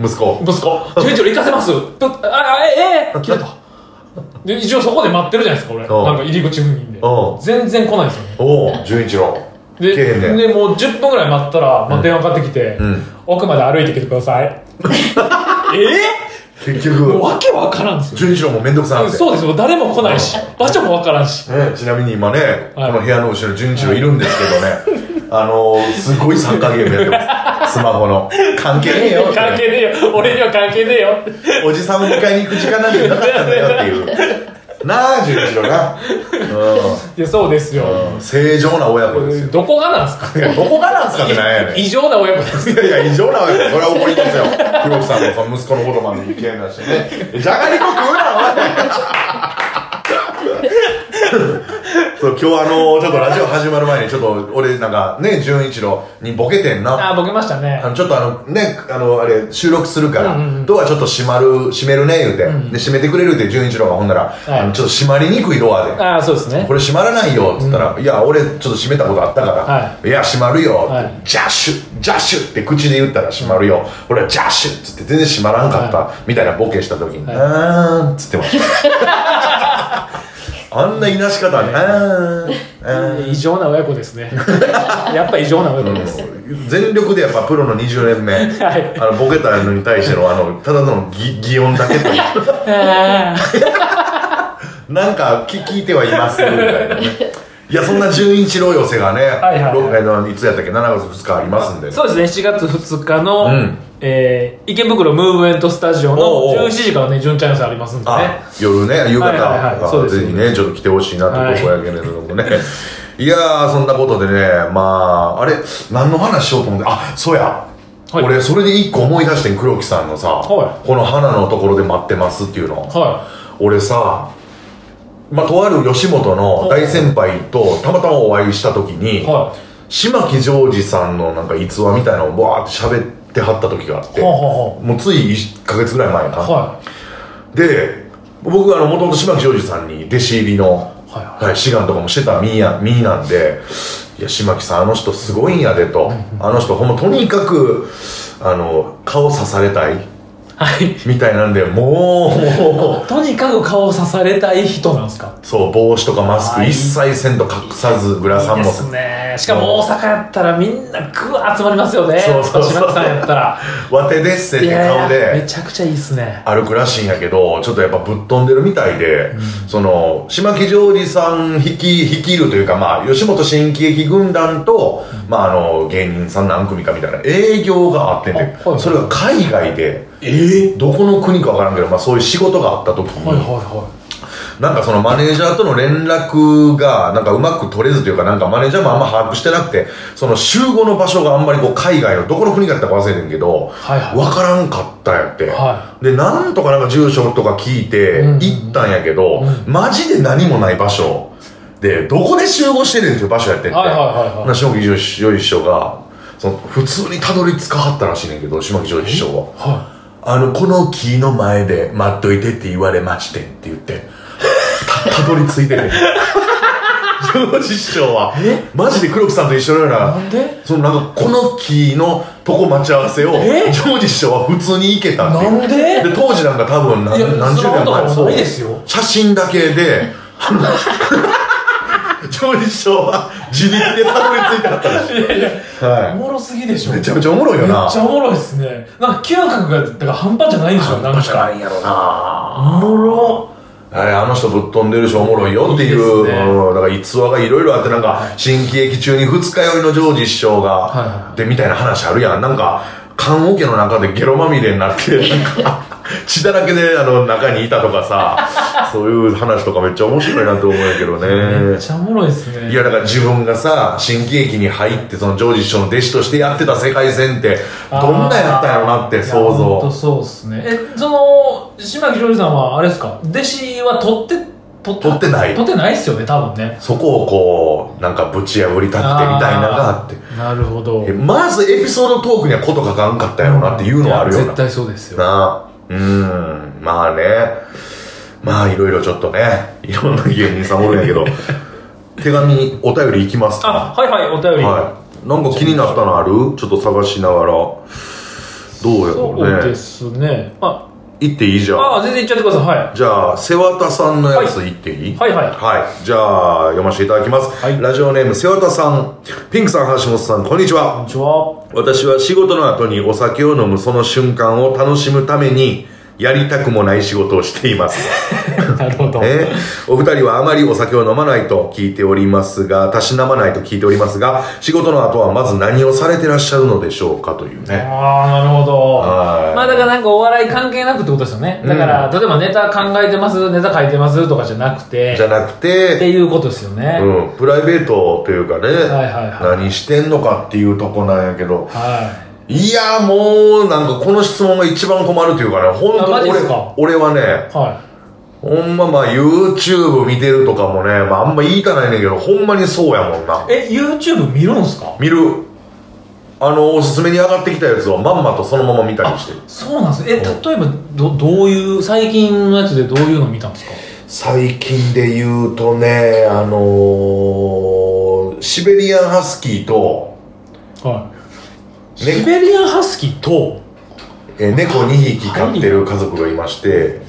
息子
息子純一郎行かせますプッああえええ切れたで一応そこで待ってるじゃないですか俺
うん
なんか入り口付近で
うん
全然来ないんですよね
おお純一郎
で
けえへんねん
でもう10分ぐらい待ったら、まあ、電話かかってきて、
ん
奥まで歩いてきてください え
結
ー、も
局
うわけわからんですよ
純一郎も面倒くさなくて
そうですよ誰も来ないし場所もわからんし
ねちなみに今ね、
はい
この部屋の後ろ純一郎いるんですけど ね、あのー、すごい参加ゲームやってますスマホの関係ねえよ
関係ねえよ俺には関係ねえよ
おじさんを迎えに行く時間なんてなかったんだよって いうなあ純一郎な、
いやそうですよ、
うんうん、正常な親子です よ
どこがなんです
いやどこがなんすかってなんやねん
か異
い
常な親子です
やいや異常なわけよそれは怒りますよ黒木さんもその息子のことまで嫌いだしてねじゃがりこ食うなおいそう今日あのちょっとラジオ始まる前にちょっと俺なんかね純一郎にボケてんな
ああボケましたね
あのちょっとあのねあのあれ収録するから、
うんうんうん
ドアちょっと閉まる閉めるね言うて、で閉めてくれるって純一郎がほんなら、
い
あのちょっと閉まりにくいドアで
ああそうですね
これ閉まらないよっつったら、いや俺ちょっと閉めたことあったから、、
はい
や閉まるよ、
はい
ジャッシュジャッシュって口で言ったら閉まるよ、俺はジャッシュっつって全然閉まらんかった、みたいなボケした時に、
はい
あーんっつってました あんな言いなし方あるあーんあーん
異常な親子で すねやっぱ異常な親子です、
全力でやっぱプロの20年目、
はい
あのボケたのに対してのあのただの擬擬音だけという
ああ
なんか聞聞いてはいますみたいなねいやそんな純一郎寄せがね
いはいはい
ろえのいつやったっけ7月2日ありますんでね
そうですね7月2日の、
うん
えー池袋ムーブメントスタジオ
おうお
の
う
17時からね純ちゃん寄せありますんでね
あ夜ね夕方
はいはいはいそうです
ぜひねちょっと来てほしいな
は
と
い
ここやけれどもね、い、やーそんなことでねまああれ何の話しようと思ってあそうや、
はい
俺それで一個思い出してん黒木さんのさ、
は
この花のところで待ってますっていうの、
は
俺さまあ、とある吉本の大先輩とたまたまお会いした時に、
いは
島木ジョージさんのなんか逸話みたいなのをわーって喋ってはった時があっ
い
て、
はあは
もうつい1ヶ月ぐらい前かな、
あは
で僕はもともと島木ジョージさんに弟子入りの、
いはいはい
はい、志願とかもしてた身や身なんで「いや島木さんあの人すごいんやで」と「あの人ほんまとにかくあの顔刺されたい」
はい
みたいなんでもうもう
とにかく顔を刺されたい人なんですか
そう帽子とかマス
あ
ク
ー
一切せんと隠さずグラサン
いい
も
ですねしかも大阪やったらみんなグワー集まりますよね
そうそうそう
島木さんやったら
わてですって顔
いやめ
で
ちゃくちゃいいっすね
歩くらしいんやけどちょっとやっぱぶっ飛んでるみたいで、その島木ジョージさん率い率いるというかまあ吉本新喜劇軍団と、まああの芸人さん何組かみたいな営業があってんで
あはい
それが海外で
ええ
どこの国かわからんけど、まあ、そういう仕事があった時に、
はいはいは
なんかそのマネージャーとの連絡がなんかうまく取れずというかなんかマネージャーもあんま把握してなくてその集合の場所があんまりこう海外のどこの国だったか忘れてんけど、
はいはい
分からんかったんやって、
は
でなんとかなんか住所とか聞いて
うん
行ったんやけど、
う
マジで何もない場所でどこで集合してんねんっていう場所やってんて、
はいはいはいはい
な下木上師匠がその普通にたどり着かはったらしいねんけど下木上師匠は。
いは
あの、この木の前で待っといてって言われましてって言って、た、たどり着い てね。ジョージ師匠は
え、
マジで黒木さんと一緒のよう
い
な
な、んで
そのなんか、この木のとこ待ち合わせを、ジ
え
ョージ師匠は普通に行けたっていう。
なんで
で、当時なんか多分何
いや
何十年
そんなこと
前
は
そう
ないですよ
写真だけで、 あのジョージ師匠は自力でたどり着いてはったらしい。
いやいやお
は
もろすぎでしょ
い。めちゃめちゃおもろいよな。
めっちゃおもろいっすねなんか嗅覚がだから半端じゃないんでしょなん
確か
か
にやろな。
おもろ
あれあの人ぶっ飛んでるしおもろいよってい
いいうですね
うん、だから逸話がいろいろあってなんか新喜劇中に二日酔いのジョージ師匠が、
はいは
でみたいな話あるやんなんか棺桶の中でゲロまみれにな ってなんか血だらけであの中にいたとかさそういう話とかめっちゃ面白いなと思うんやけど
め
ね
っちゃおもろいっすね
いやだから自分がさ新喜劇に入ってそのジョージ師匠の弟子としてやってた世界線ってどんなやったんやろなって想
いやほんと
像
そうっすねえその島木ジョージさんはあれですか弟子は取って取っ
取ってない
取ってないっすよね多分ね
そこをこうなんかぶち破りたくてみたいなのがあって
なるほど
えまずエピソードトークにはこと書かんかったやろなっていうのはあるよ
いや
な
絶。対そうですよ
なうん、まあね。まあいろいろちょっとね、いろんな芸人さんおるんやけ ど、手紙、お便りいきます
あ
か。
はいはいお便り、
はい。なんか気になったのあるちょっと探しながら。どうやろ
そう
う
で
ね。
すねあ
行っていいじゃ
あ
ん。
全然言っちゃってくださいはい
じゃあ、瀬渡さんのやつ行っていい
はいはい
はい。じゃあ、読ませていただきます。
はい
ラジオネーム、瀬渡さん。ピンクさん、橋本さん、こんにちは。
こんにちは
私は仕事の後にお酒を飲むその瞬間を楽しむためにやりたくもない仕事をしてい ます、
なるほど
ね、お二人はあまりお酒を飲まないと聞いておりますがたしなまないと聞いておりますが仕事の後はまず何をされてらっしゃるのでしょうかというね
ああなるほど
はい
まあだからなんかお笑い関係なくってことですよねだから、例えばネタ考えてますネタ書いてますとかじゃなくて
じゃなく
って
て、
いうことですよね、
うん、プライベートというかね、
はいはいは
何してんのかっていうとこなんやけど
はい
やもうなんかこの質問が一番困るというかね本
あマジっす
当
か
俺俺はね
いは
ほんままあ YouTube 見てるとかもね、まああんま言いたないねんけど、ほんまにそうやもんな。
いえ YouTube 見るんすか
見る。あの、おすすめに上がってきたやつをまんまとそのまま見たりしてる。
そうなんですえ例えばどどういう最近のやつでどういうの見たんですか
最近で言うとね、あのーシベリアンハスキーと、
はい、
ね
シベリアンハスキーと
えー猫2匹飼ってる家族がいまして、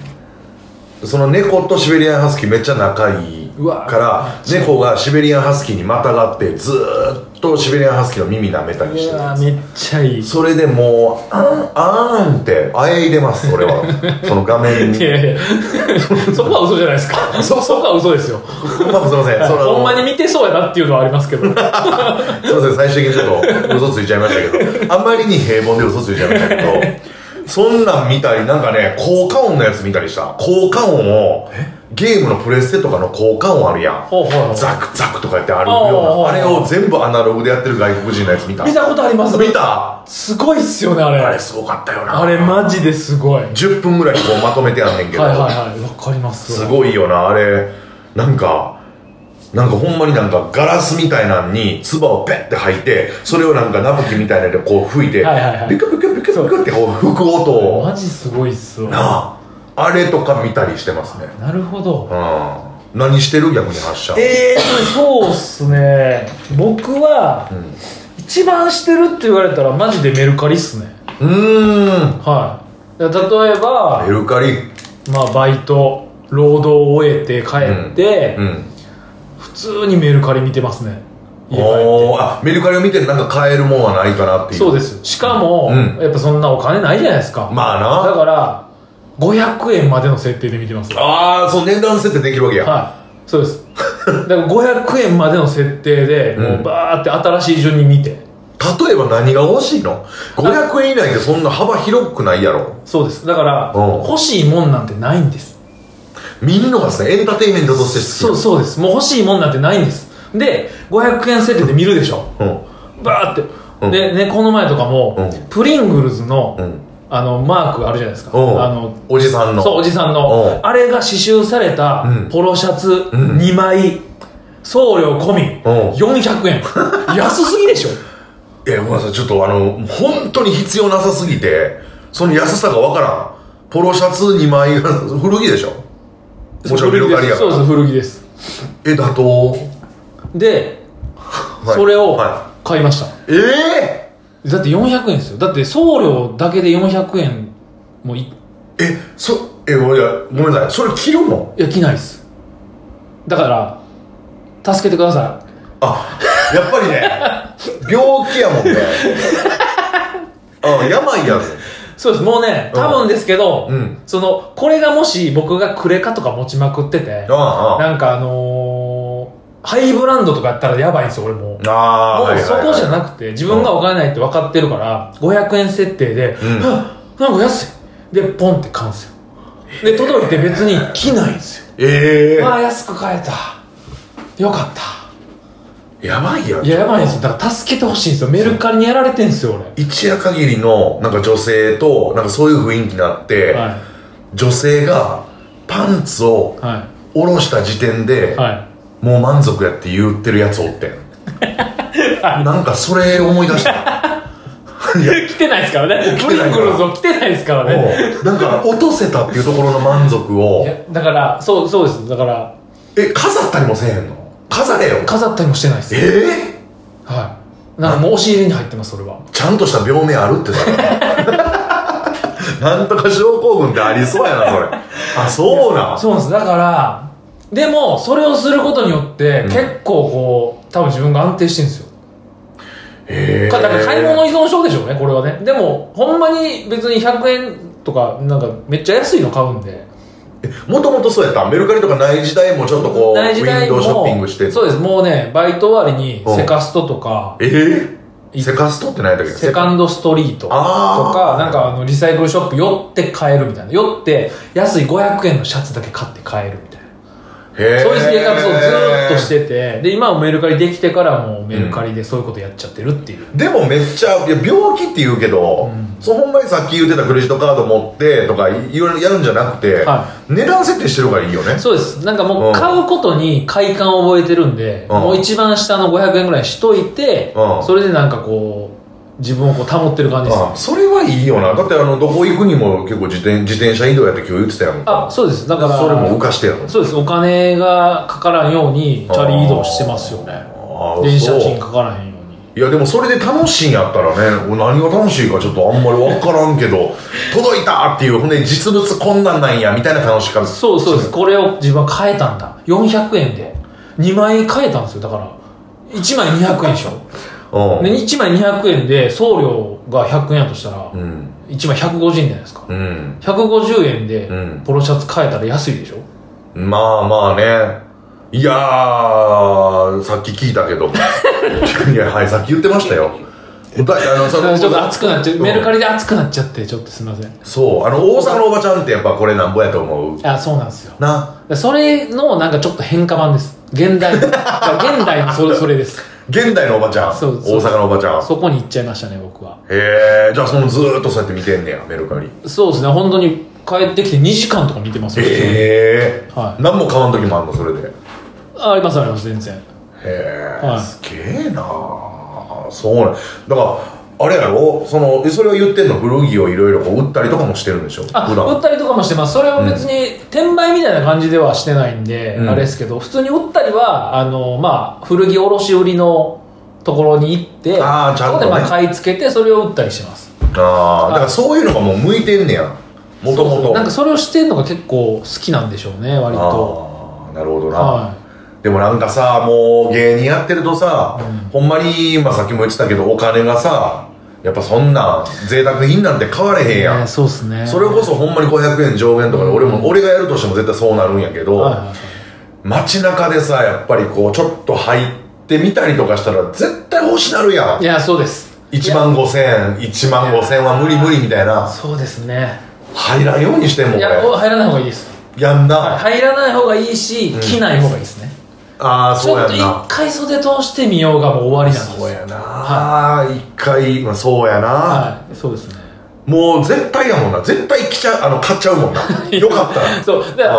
その猫とシベリアンハスキーめっちゃ仲いいう
わ
から、猫がシベリアンハスキーにまたがってずーっとシベリアンハスキーの耳舐めたりして
う
る
わめっちゃいい
それでもう、あん、あんって、あえいでます、俺は。その画面 に
い。やいやそこは嘘じゃないです かそそこは嘘ですよ
まあ、すいません。その
ほんまに見てそうやなっていうのはありますけど
すいません、最終的にちょっと嘘ついちゃいましたけど、あまりに平凡で嘘ついちゃいましたけど、そんなん見たり、なんかね、効果音のやつ見たりした。効果音を、ゲームのプレステとかの効果音あるやん。
ほうほうほう
ザクザクとかやってある
ほうほう
よう
ほう
な、あれを全部アナログでやってる外国人のやつ見た。
見たことあります
見た
すごいっすよねあれ
あれすごかったよな。
あれマジですごい はい
10分ぐらいこうまとめてやんねんけど、
はいはいわかります
す
い
ごいよなあれなんかなんかほんまになんかガラスみたいなんに唾をペッて吐いてそれをなんかナプキンみたいなのでこう吹いて、
はいはいはい
ビクビクビクビクってこう吹く音を
マジすごいっす
な
わ
ああれとか見たりしてますね
なるほど
うん何してる逆に発射
えー、そうっすね僕は
うん
一番してるって言われたらマジでメルカリっすね
うーん
はい例えば
メ、ルカリ
まあ、バイト労働を終えて帰って、
うん
普通にメルカリ見てますね家帰って
おーあメルカリを見てなんか買えるもんはないかなっていう
そうですしかも、
うん
やっぱそんなお金ないじゃないですか、
まあ
だ
な
から500円までの設定で見てますは
ああそう値段設定できるわけや、
いそうですだから500円までの設定で、
うん
もうバーって新しい順に見て
例えば何が欲しいの ?500 円以内でそんな幅広くないやろ
そうですだから
うん
欲しいもんなんてないんです
見るのがですねエンターテインメントとして
そ
好
う
き
そうですもう欲しいもんなんてないんですで500円設定で見るでしょ
ううん
バーって、
うん
でねこの前とかも、
うん
プリングルズの、
うん
あのマークあるじゃないですか、
うん
あの
おじさんの
そうおじさんの、
うん
あれが刺繍された
うん
ポロシャツ
ん
2枚、送料込み、
ん
400円 安すぎでしょ
いやごめんなさいちょっとあの本当に必要なさすぎてその安さがわからんポロシャツ2枚が古着でしょもちろんメルカリやか
そう
ら
です古着です
えだと、
で、
はい
それを
は
買いました、
い、え
だって400円ですよだって送料だけで400円もいい
ー、えそえごめんなさいごめんなさいそれ着るの
や着ないですだから助けてください
あやっぱりね 病気やもんねあ病やね
そうですもうね多分ですけど、
うん
そのこれがもし僕がクレカとか持ちまくってて
ああああ
なんかあのーハイブランドとかやったらやばいんですよ俺もう
ああ、
もうそこじゃ
い
なくて自分がお金ないって分かってるから500円設定で、
うん
はっなんか安いでポンって買うんですよで届いて別に着ないんですよ
ええ
まあ安く買えたよかった
やばいやん
いややばいんですよだから助けてほしいんですよメルカリにやられてんですよ俺
一夜限りのなんか女性となんかそういう雰囲気になって、
は
女性がパンツを
いは
下ろした時点で、
いはい
もう満足やって言ってるやつお ってんなんかそれ思い出したいや
来てないですからね
来
プ
て
リ
ないから
ングルズを来てないですからね
もうなんか落とせたっていうところの満足
い
を
やだからそうそうですだから
え飾ったりもせえへんの飾れよ
飾ったりもしてないです
え
はい
え
なんかもう押し入れに入ってますそれは
ちゃんとした病名あるって それなんとか症候群ってありそうやなそれあそうなん
そうなんですだからでもそれをすることによって
うん
結構こう多分自分が安定してるんですよ
へえ
かだから買い物依存症でしょうねこれはねでもほんまに別に100円とかなんかめっちゃ安いの買うんで
もともとそうやったメルカリとかない時代もちょっとこう
大時代
ウィンド
も
ウショッピングして
そうですもうねバイト終わりに
うん
セカストとか
ええセカストって何やったっけ
セカンドストリートと
あ
か
ー
なんかあのリサイクルショップ寄って買えるみたいな寄って安い500円のシャツだけ買って買えるみたいな
へえ
そういう生活をずーっとしててで今はメルカリできてからもうメルカリでそういうことやっちゃってるっていう、
でもめっちゃいや病気って言うけど、
うん
そうほんまにさっき言ってたクレジットカード持ってとかいいろいろやるんじゃなくて、
は
値段設定してるからいいよね
そうですなんか
う
もうん買うことに快感を覚えてるんで、
うん
もう一番下の500円ぐらいしといて、
うん
それでなんかこう自分をこう保ってる感じです
あそれはいいよなだってあのどこ行くにも結構自転自転車移動やって今日言ってたやん
あそうですだから
それも浮かしてやろ
そうですお金がかからんようにチャリ移動してますよね
あー
電車
そう
賃かからへんよう
い
に
やでもそれで楽しいんやったらねお何が楽しいかちょっとあんまり分からんけど 届いたっていうほんで実物こんなんなんやみたいな楽しか
そうそうですこれを自分は買えたんだ400円で2枚買えたんですよだから1枚200円でしょ
うん
で1枚200円で送料が100円やとしたら
うん
1枚150円じゃないですか
うん
150円で
うん
ポロシャツ買えたら安いでしょ
まあまあねいやーさっき聞いた けどいやはいさっき言ってましたよだあのそ
だ
の
からちょっと熱くなっちゃう、
うん
メルカリで熱くなっちゃってちょっとすいません
そうあの大阪のおばちゃんってやっぱこれなんぼやと思う
あそうなんですよ
な
それのなんかちょっと変化版です現代 現代のそれそれです
現代のおばちゃん
そうそう
大阪のおばちゃん
そこに行っちゃいましたね僕は
へえじゃあそのずーっとそうやって見てんねやメルカリ
そうですね本当に帰ってきて2時間とか見てますよ、
へえ、
はい
何も買わん時もあんのそれでへ
ありますあります全然
え、
はい
すげえなあそうなんだからあれやろそのえそれを言ってんの古着をいろいろこう売ったりとかもしてるんでしょ
あ
普
売
段
ったりとかもしてますそれは別に転売みたいな感じではしてないんで、
うん
あれですけど普通に売ったりはあの、まあ、古着卸売りのところに行って
あーちゃんとね
そこでまあ買い付けてそれを売ったりしてます
ああだからそういうのがもう向いてんねやもと
そう
も
そう
と
なんかそれをしてんのが結構好きなんでしょうね割と
ああなるほどな、
は
でもなんかさもう芸人やってるとさ、ほんまに、まあ、さっきも言ってたけどお金がさやっぱそんなん贅沢品なんて買われへん
い、
やん、
ねそうですね
それこそほんまに500円上限とかで俺も、俺がやるとしても絶対そうなるんやけど、
はいはいはい
街中でさやっぱりこうちょっと入ってみたりとかしたら絶対欲しなるやん
いやそうです
1万5000円1万5000円は無理無理みたいな
そうですね
入らんようにしてんもん
い
俺
やお入らない方がいいです
やんな、
入らない方がいいし、着ない方がいいですね
ああ
ち
そう
ょっ
や
と
ん
一
な
回袖通してみようがもう終わりなんです
そうやな一回、まあ、そうやな、
はいそうですね
もう絶対やもんな絶対来ちゃうあの買っちゃうも んなよかったら
そうだ から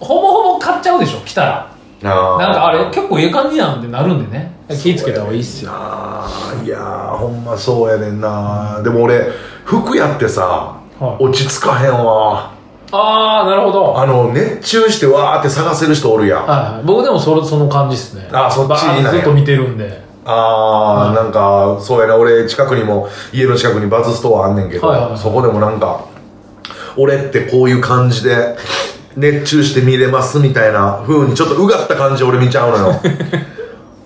ほぼほぼ買っちゃうでしょ来たら
あー
なんかあれ結構ええ感じなんでなるんでね気ぃつけた方がいいっすよ
あーいやーほんまそうやねんなでも俺服やってさ、
はい
落ち着かへんわ
ああなるほど
あの熱中してわーって探せる人おるやんあ
はいはい、僕でもそれその感じですね
あそっち
バー
なんや
ずっと見てるんで
あーなんかそうやな俺近くにも家の近くにバズストアあんねんけど、
はいはいはい
そこでもなんか俺ってこういう感じで熱中して見れますみたいな風にちょっとうがった感じ俺見ちゃうの よ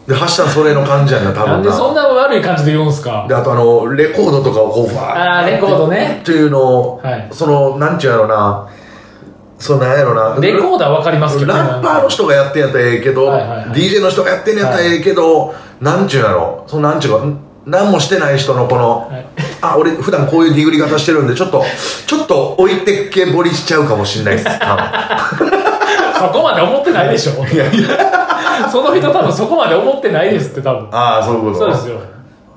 で橋さんそれの感じやんな多分
なんでそんな悪い感じで言うんすか
であとあのレコードとかをこうファ
あーレコードね
っていうのを、
はい
そのなんちゅうやろなそのなんやろな
レコー
ド
ダーわかりますけど
ラッパーの人がやってんやったらええけど、
はいはいはい
DJ の人がやってんやったらええけど、なんちゅうやろそのなんちゅうかん何もしてない人のこの、
はい
あ俺普段こういうディグリ方してるんでちょっとちょっと置いてけぼりしちゃうかもしんないっす 多
そこまで思ってないでしょ その人多分そこまで思ってないですって多分
分ああそういうこと
そうですよ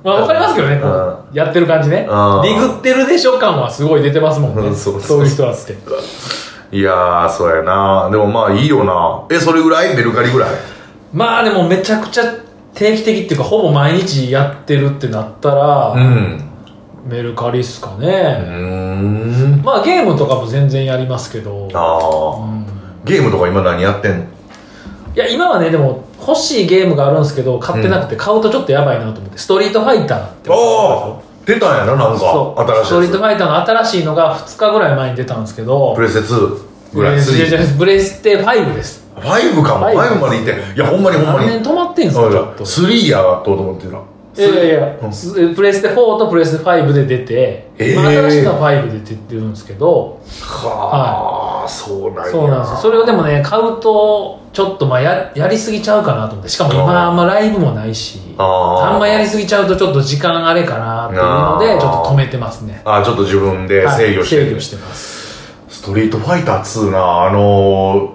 まあわかりますけどね、
うん
やってる感じねデ
うん
ィグってるでしょ感はすごい出てますもんね、
うんそ
そ
ううそう
いう人だって
いやーそうやなでもまあいいよなえそれぐらいメルカリぐらい
まあでもめちゃくちゃ定期的っていうかほぼ毎日やってるってなったら、
うん
メルカリっすか
う
ね、
ーん
まあゲームとかも全然やりますけど
ああ
うん
ゲームとか今何やってんの
いや今はねでも欲しいゲームがあるんですけど買ってなくて、買うとちょっとやばいなと思ってストリートファイターって
ああ出たんやななん
そう
か
スト
新
リ
しい
ートフ
や
ァイターの新しいのが2日ぐらい前に出たんですけど
つプレステ2ぐらい
えー違う
3
違うブレステ5です
ファイブかもフ
ファイブ
ァイブまでいっていやほんまにほんま
何
に
年止まってんすかちょっと
スリーやと思ってた
いやいやい
うん
やすプレステ4とプレステ5で出て、
えー
まあ新しいのは5で出てるんですけど
はあそうなんや
そうなんですよそれをでもね買うとちょっとまあややりすぎちゃうかなと思ってしかも今
あー
あんまライブもないし
あー
あんまやりすぎちゃうとちょっと時間あれかなっていうの
あー
でちょっと止めてますね
ああちょっと自分で
はい
制御して
制
る
御してます
ストリートファイター2なあのー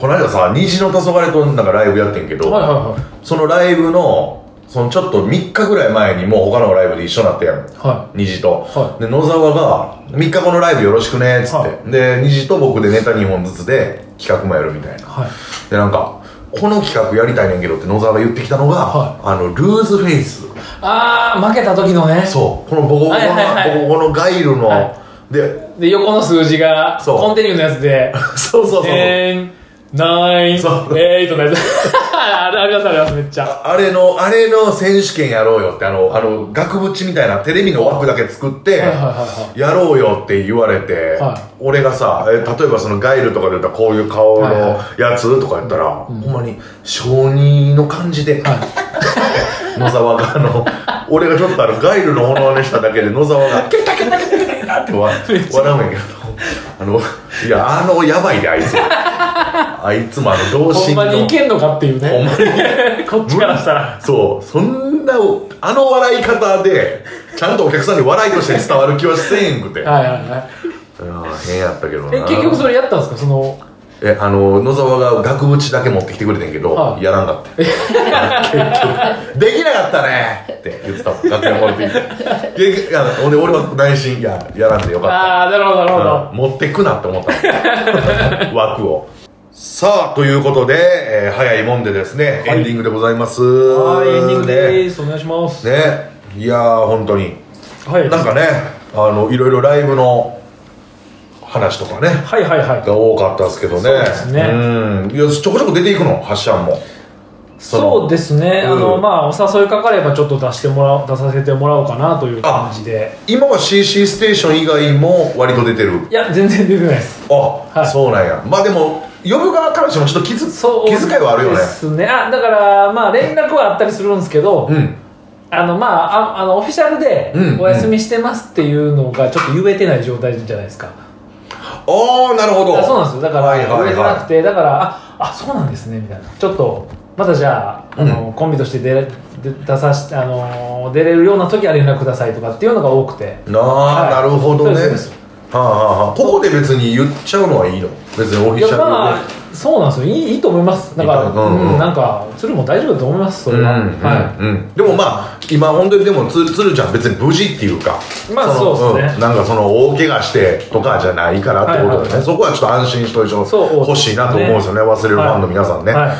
この間さ虹の黄昏となんかライブやってんけど
はいはいはい
そのライブのそのちょっと3日ぐらい前にもう他のライブで一緒になってやん
は
虹と、
は
で野沢が「3日後のライブよろしくね」っつって、
は
で虹と僕でネタ2本ずつで企画もやるみたい
い
な
はい
でなんかこの企画やりたいねんけどって野沢が言ってきたのが、
は
あのルーズフェイス
ああ負けた時のね
そうこのボコボコの、
はいはいはい
ボコボコのガイルの、
は
で
で横の数字が
そう
コンティニューのや つで
そうそうそう、
10 9
そう
8のやつあれありますありますめっちゃ
あれのあれの選手権やろうよってあのあの額縁みたいなテレビの枠だけ作って、
はいはいはいは
やろうよって言われて、
は
俺がさえ例えばそのガイルとかで言ったらこういう顔
はい
の
は
やつとか言ったら、ほんまに小児の感じで、
はい
野沢があの俺がちょっとあのガイルのものまねしただけで野沢が「ケタケタケタケタ」ってわ笑うんやけどあのいやあのやばいであいつあいつもあの童
ほん
心の
まにいけんのかっていう
ほん
ね
まに
こっちからしたら
そうそんなあの笑い方でちゃんとお客さんに笑いとして伝わる気はせえへんくて
はいはいはい
うん変やったけどな
え結局それやったんですかその
えあの野沢が額縁だけ持ってきてくれてんけど、
はい
やらんか ったよ結局できなかったねって言ってたもん楽屋持ってきて結局あの俺俺は内心いややらんでよかっ
ああなるほどなる
た
ほど、
うん持ってくなって思ったもん 枠をさあということで、えー早いもんでですね、エンディングでございます
はいエンディングで
ね
すお願いします、
ねいやー本当に
はい
なんかねあのいろいろライブの話とかね
はいはいはい
が多かったですけどね
そうですね
うんいやちょこちょこ出ていくのハッシャンもその
そうですね、
うん
あのまあお誘いかかればちょっと出してもらおう出させてもらおうかなという感じで
今は CC ステーション以外も割と出てる
いや全然出てないです
あ、
い
そうなんやまあでも呼ぶ側からしてもちょっと気づ
そう
気遣いはあるよね
ですねあだからまあ連絡はあったりするんですけど、
うん
あのまあああのオフィシャルで
うん
お休みしてますっていうのがちょっと言えてない状態じゃないですか、
ああなるほど
あそうなんですよだから
はいはいはい
言えてなくてだからああそうなんですねみたいなちょっとまたじゃああの、コンビとして出れ出出さしあの出れるような時は連絡くださいとかっていうのが多くて
なあ、
はい
なるほどね
そうですそうで
はあ、はあはあ、ここで別に言っちゃうのはいいの別にオフ
い
ィシャルで、
やまあそうなんですよいいいいと思いますだから
いいと思ううんうん
うんなんか鶴も大丈夫だと思いますそれは、
うんうん
は
うんでもまあ今本当にでもつつるちゃん別に無事っていうか
まあ
の
そうですね
んなんかその大怪我してとかじゃないからってことでね、
はいはいはい
そこはちょっと安心しといて
そう
ほしいなと思うんですよね忘れるファンの皆さんね
はい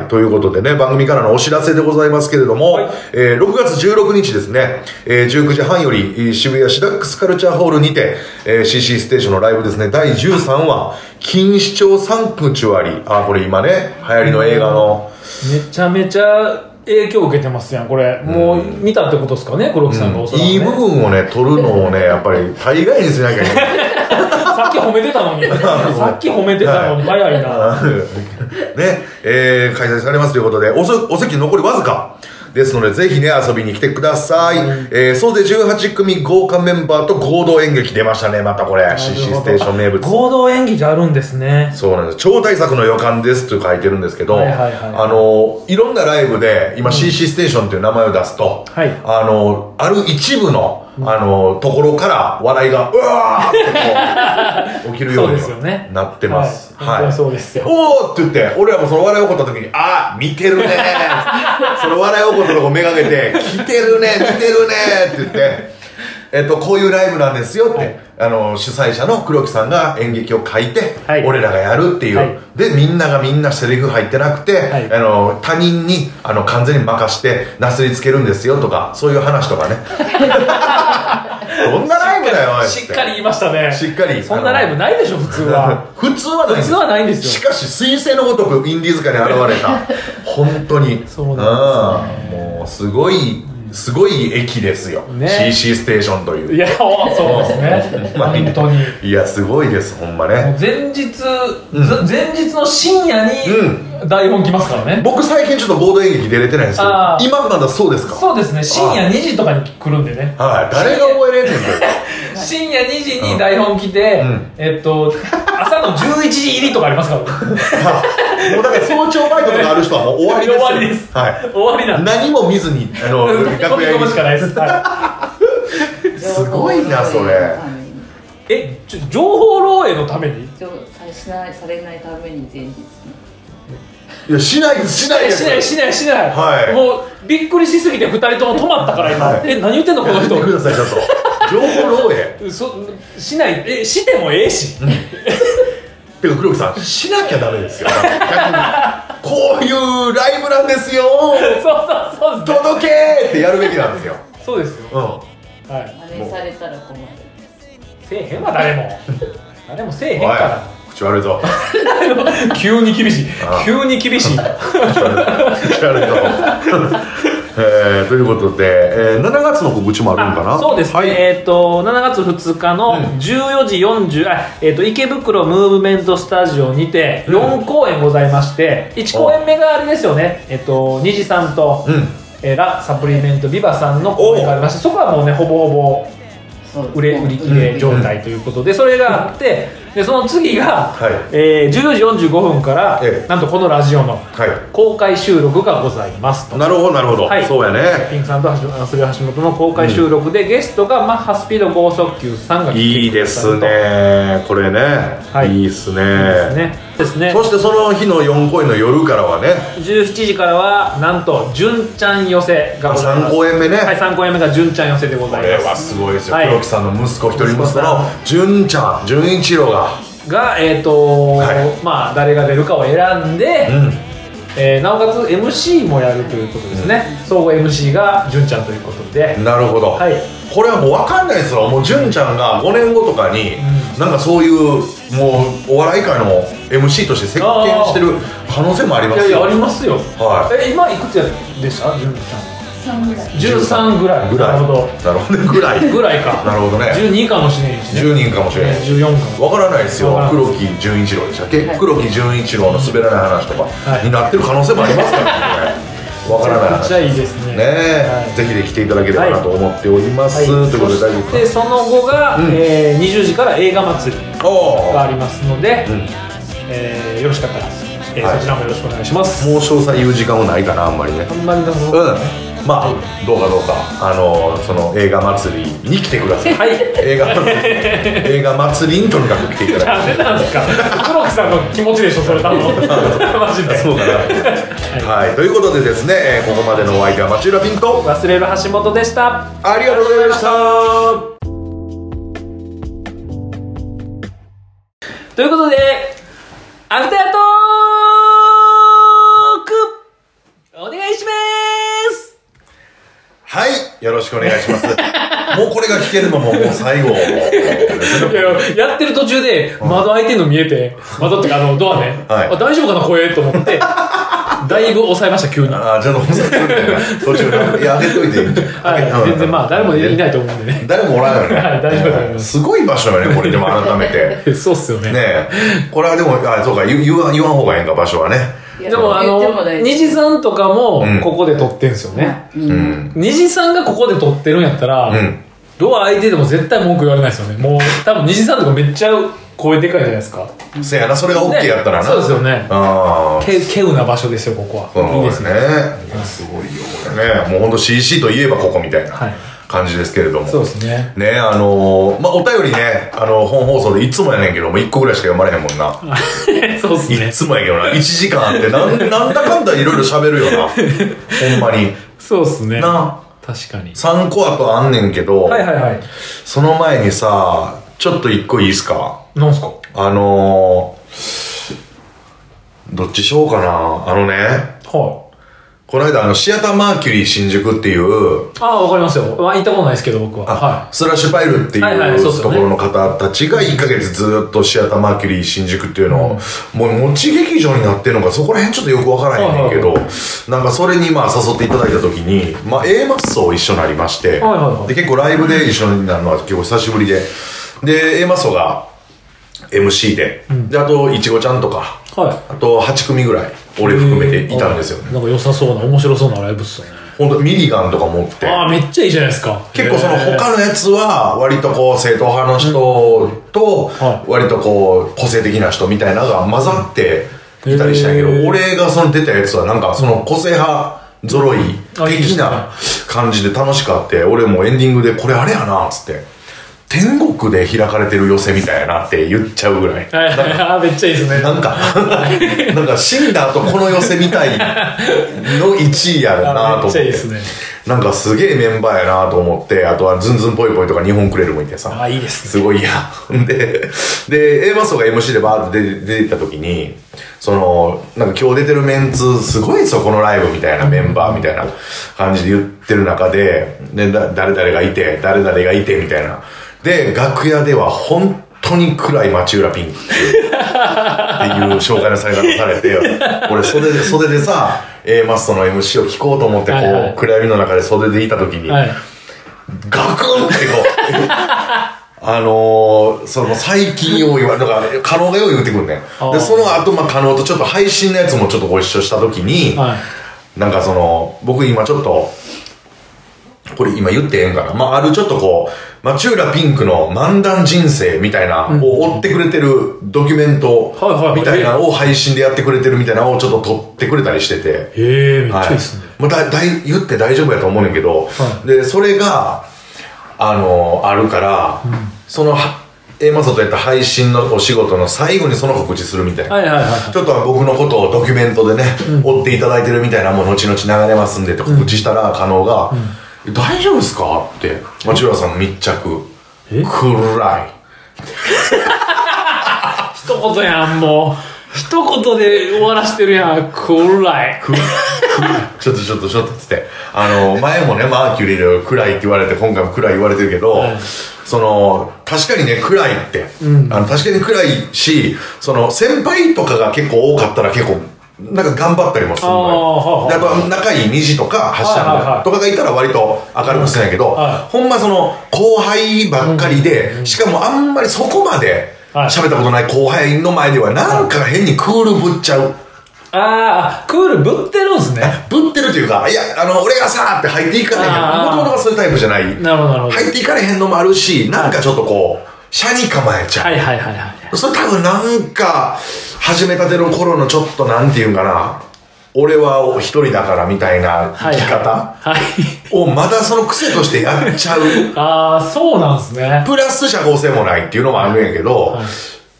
はい、ということでね番組からのお知らせでございますけれども、
はい
えー6月16日ですね、えー19時半よりえー渋谷シダックスカルチャーホールにて、えー CC ステーションのライブですね第13話「錦糸町サンクチュアリ」あーこれ今ね流行りの映画の、
い、めちゃめちゃ影響を受けてますやんこれ、もう見たってことですかね黒木さんがおそらく、ね
いい部分をね取るの をねやっぱり大概にしなきゃいけない
さっき褒めて たのにさっき褒めてたのに早いな、
ねえー開催されますということでおそお席残りわずかですのでぜひね遊びに来てください、えー総勢18組豪華メンバーと合同演劇出ましたねまたこれ CC ステーション名物
合同演技じゃあるんですね
そうなんです超大作の予感ですと書いてるんですけど、
はいはいはい
あのいろんなライブで今 CC ステーションという名前を出すと、
はい
あのある一部のあのところから笑いがうわー ってこう起きるよう
そうですよね
になってます
はい本当にそうですよ
おーって言って俺らもその笑い起こった時にあー見てるね ーその笑い起こったとこめがけて来てるね見てるねーって言ってえっと、こういうライブなんですよって、
はい
あの主催者の黒木さんが演劇を書いて、
はい
俺らがやるっていう、
はい
でみんながみんなセリフ入ってなくて、
はい
あの他人にあの完全に任してなすりつけるんですよとかそういう話とか ねどんなライブだよおい
しっかり言いましたね
しっかり
そんなライブないでしょ普通は
普通はない
普通はないんですよ
しかし彗星のごとくインディーズ界に現れた 本当に
そうなんですね
うんもうすごいすごい駅ですよ、
ね
CC ステーションという
いやおそうですね
ほんま
本当にもう
いやすごいですほんまね
前日、ず前日の深夜に台本来ますからね、
僕最近ちょっとボード演劇出れてないんですけど
あー
今まだそうですか
そうですね深夜2時とかに来るんでね
はい誰が覚えれんねんこ
深夜2時に台本来て、
うん
えっと朝の11時入りとかありますから ね
れもうだから早朝バイトとかある人はもう終わりですよ
終わりです
はい
終わりなんで
何も見ずにあ の
飛び込むしかないです、はい
すごいなそれ
えちょ情報漏洩のために
情報漏洩のためにされされないために前日に
いやしないですしないです
しないしないしない、
はい
もうびっくりしすぎて2人とも止まったから今、
はい
え何言ってんのこの
やめてくだ
人
さいちょっと情報漏洩
そしないえしてもええし、
てか黒木さんしなきゃダメですよ逆にこういうライブなんですよ
そうそうそうですね
届けーってやるべきなんですよ
そうですよ、
うん
はい、
真似されたら困る
せえへんわ誰も誰もせえへん
おい
か
口悪いぞ
ら急に厳しい
ああ
急に厳し
口
い
悪いぞえー、ということで、えー、7月の告知もあるんかな
そうですね、
はい、
えっ、と7月2日
う
の
ん
14時40、あえっと池袋ムーブメントスタジオにて4公演ございまして、1公演目があれですよねえっ、と虹さんと、
うん
えーラ・サプリメント・ビバさんの公演がありましてそこはもうねほぼほぼ
そう
売れ売り切れ状態ということでそれがあってでその次が、
はい
えー14時45分から、
ええ
なんとこのラジオの
はい
公開収録がございますと。
なるほどなるほど、
はい
そうやね
ピンクさんと橋本すり橋本の公開収録で、ゲストがマッハスピード剛速球さんが来てくださる
いい
と
ですねこれね、
はい
いいっすね
ですねですね
そしてその日の4公演の夜からはね
17時からはなんと純ちゃん寄せがございま
3
す
公演目ね
はい3公演目が純ちゃん寄せでご
こ
ざ
れ
い
は
ます
すごいですよ、
はい
黒木さんの息子一人息子
息子
の
さ
純ちゃん純一郎が、
がえっ、と、
はい
まあ誰が出るかを選んで、
うん、
えーなおかつ MC もやるということですね、総合 MC が純ちゃんということで、
なるほど、
はい
これはもう分かんないですよもう純ちゃんが5年後とかに、
ん
なんかそういうもうお笑い界の MC として席巻してる可能性もあり
い
ま
や
す
いや
よ
ありますよ、
は
え今いくつやでした純ち
3ぐらい
ゃん13ぐらい
ぐらい
なるほど
なるほどぐらい
ぐらいか
なるほどね
12かもしれんしね
10人かもしれない
14かも
わからないですよ
わからん
黒木純一郎でしたっけ、
はい
黒木純一郎の滑らない話とか
い
になってる可能性もありますから ねこれわからない
めっ
話
ちゃいいですね
ねえ、
はい
ぜひで来ていただければなと思っております、ということで大丈夫
そしてその後が、
うん
えー20時から映画祭り
かお
があ
ー
りますので、
うん
えーよろしかったら、えー
はい
そちらもよろしくお願いします、
もう詳細言う時間もないかなあんまりね
あんまりなさそううんですね、
まあどうかどうかあのその映画祭りに来てください
はい
映画祭 り映画祭りにとにかく来ていただ
ダメなんですか黒木さんの気持ちでしょそれ多分 マジ
きた
で
いそうかなはい、ということでですね、えーここまでのお相手は町浦ピンと
忘れる橋本でした
ありがとうございました
ということで、アフタートークお願いします
はい、よろしくお願いします。 もうこれが聞けるのももう最後ですね。
ややってる途中で、窓開いてんの見えて、窓ってか、あの、ドアね、
はい
あ大丈夫かな、声と 思って、だいぶ抑えました、急に。は
ああ、じゃあ、みたいな途中で、いや、あげといていいんじゃない
い、全然まあ、誰もいない
い。
と思うんでね。
誰もおらんよね。
はい大丈夫大丈夫
すごい場所よね、これ、でも改めて。
そうっすよね。
ねえ、これはでも、あそうか、言う言わん言わん方がええんか、場所はね。
いや
でも、あ
言って
の
も大、丈夫
虹さんとかも
うん、
ここで撮ってんすよね。
み
うん。
なん
虹さんがここで撮ってるんやったら、
うん。
ドア開いてても絶対文句言われないですよね。もう、多分虹さんとかめっちゃ声でかいじゃないですか。
せやな、それが OK やったらな。
そうですよね
ああ。
けけうな場所ですよここは
そう
いい
で
です
すね。
ね
いや、すごいよ、これね。もうほんと CC といえばここみたいな
はい
感じですけれども。
そうですね
ねあのーまあ、お便りね、あの本放送でいつもやねんけど、もう1個ぐらいしか読まれへんもんな。
そうです
い
ね
つもやけどな、1時間あって、なんなんだかんだいろいろ喋るよな。ほんまに。
そうですね
な、
確かに
3個あとあんねんけど、
はいはいはい
その前にさ、ちょっと1個いいっすか
なんすか
あのーどっちしようかな。あのね、
はい
この間あの、シアターマーキュリー新宿っていう、
ああわかりますよ、まあ、行ったことないですけど僕はは
スラッシュパイルっていう,、
はいはいそうっすよ
と
ね
ころの方たちが1ヶ月ずっとシアターマーキュリー新宿っていうのを、もう持ち劇場になってるのかそこら辺ちょっとよくわからへんねんけど、なんかそれにまあ誘っていただいた時に、まあ、A マッソ一緒になりまして、
はいはいはい
で結構ライブで一緒になるのは結構久しぶりでで A マッソが MC で,、であといちごちゃんとか
いはい
あと8組ぐらい俺含めていたんですよ
う
ね
なんか良さそうな面白そうなライブっすよね
本当ミリガンとか持って
ああめっちゃいいじゃないですか
結構その
へ
他のやつは割とこう正統派の人と
は
割とこう個性的な人みたいなのが混ざっていたりしたんやけ
へ
ど
ー
俺がその出たやつはなんかその個性派揃い
あい
的
いですね
な感じで楽しかって俺もエンディングでこれあれやなっつって天国で開かれてる寄せみたいやなって言っちゃうぐらい
ーはいはいはいあーめっちゃいいですね
なんかなんか死んだ後この寄せみたいの1位やろな
あー
と思
め
っ
っちゃいい
て
ですね
なんかすげえメンバーやなと思って、あとはズンズンぽいぽいとか日本クレルもいて
あ
さ、
ーいいです
すごいや。 で、で、A マソが MC でバーって出て出てた時に、その、なんか今日出てるメンツ、すごいですよ、このライブみたいなメンバーみたいな感じで言ってる中で、で、だ誰々がいて、誰々がいてみたいな。で、楽屋では本当に暗い町浦ピンクっていう。っていう紹介のされ方されて、俺袖で、袖でさ、A マストの MC を聞こうと思って、こう、
はいはい
暗闇の中で袖でいた時に、
はい
ガクンってこう。 あのー、その最近を言わだから加納がよう言うてくんねん
あー
でその後まあ加納とちょっと配信のやつもちょっとご一緒した時に、
はい
なんかその、僕今ちょっと、これ今言ってええんかな。まあ、あるちょっとこう、マチューラピンクの漫談人生みたいな、を追ってくれてるドキュメント
はいはい
みたいなのを配信でやってくれてるみたいなのをちょっと撮ってくれたりしてて。
へえめっち
は
ゃい
い
いっすね、
もうだだい言って大丈夫やと思うねんけど、
は
でそれがあのあるから、そのは A マサとやった配信のお仕事の最後にその告知するみたいな、
はい、はいはいはい
ちょっとは僕のことをドキュメントでね、追っていただいてるみたいなもう後々流れますんでって告知したら加納が「大丈夫ですか?」って町浦さん密着
え
暗い
一言やんもう一言で終わらしてるやん暗い
ちょっとちょっとちょっとっつってあの前もねマーキュリーの暗いって言われて今回も暗い言われてるけど、
はい
その確かにね暗いって、
うん
あの確かに暗いしその先輩とかが結構多かったら結構なんか頑張ったりもするのよ
あーはあはあ
であとは仲いい2時とか発車
はいはいはい
とかがいたら割と明るくするんやけど、
は
ほんまその後輩ばっかりで、しかもあんまりそこまで
はい
喋ったことない後輩の前ではなんか変にクールぶっちゃう
ああクールぶってるんすね
ぶってるというか、いや、あの、俺がさーって入っていかれへん。
あ
もと
ー
もとがそういうタイプじゃない。
なるほどなるほど
入っていかれへんのもあるし、なんかちょっとこう、車に構えちゃう。
はいはいはいはい
それ多分なんか、始めたての頃のちょっとなんていうんかな、俺は一人だからみたいな生
はい
き方
はいはい
をまだその癖としてやっちゃう。
ああそうなんすね
プラス社交性もないっていうのもあるんやけど、
はい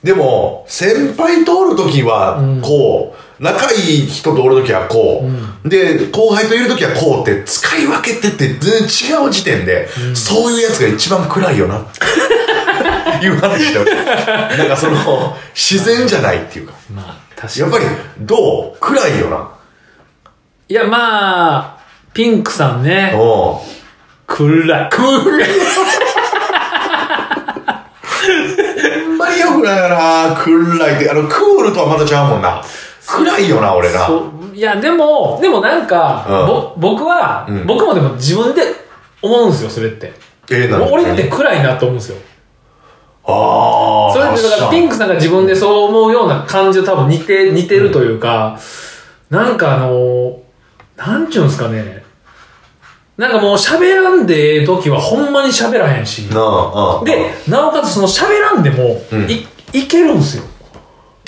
でも、先輩とおるときは、こう、仲いい人とおるときはこう、で、後輩といるときはこうって、使い分けてって、全然違う時点で、そういうやつが一番暗い よな、っていう話だよ。なんかその、自然じゃないっていうか。
まあ確か
やっ
に
ぱり、どう暗いよな。
いやまあピンクさんね
うん。
暗い暗い
ほんまによくないよな、暗いって。あの、クールとはまた違うもんな。暗いよな、俺な。
そういやでもでもなんか、ぼ僕は、
うん
僕もでも自分で思うんですよそれって
ええな
俺って暗いなと思うんですよ
ああ。
それってだからピン
ク。
クさんが自分でそう思うような感じと多分似て似てるというか、なんかあのなんちゅうんですかねなんかもう喋らんでええ時はほんまに喋らへんし
なあ、ああ。
でなおかつその喋らんでも、
うん
いいけるんですよ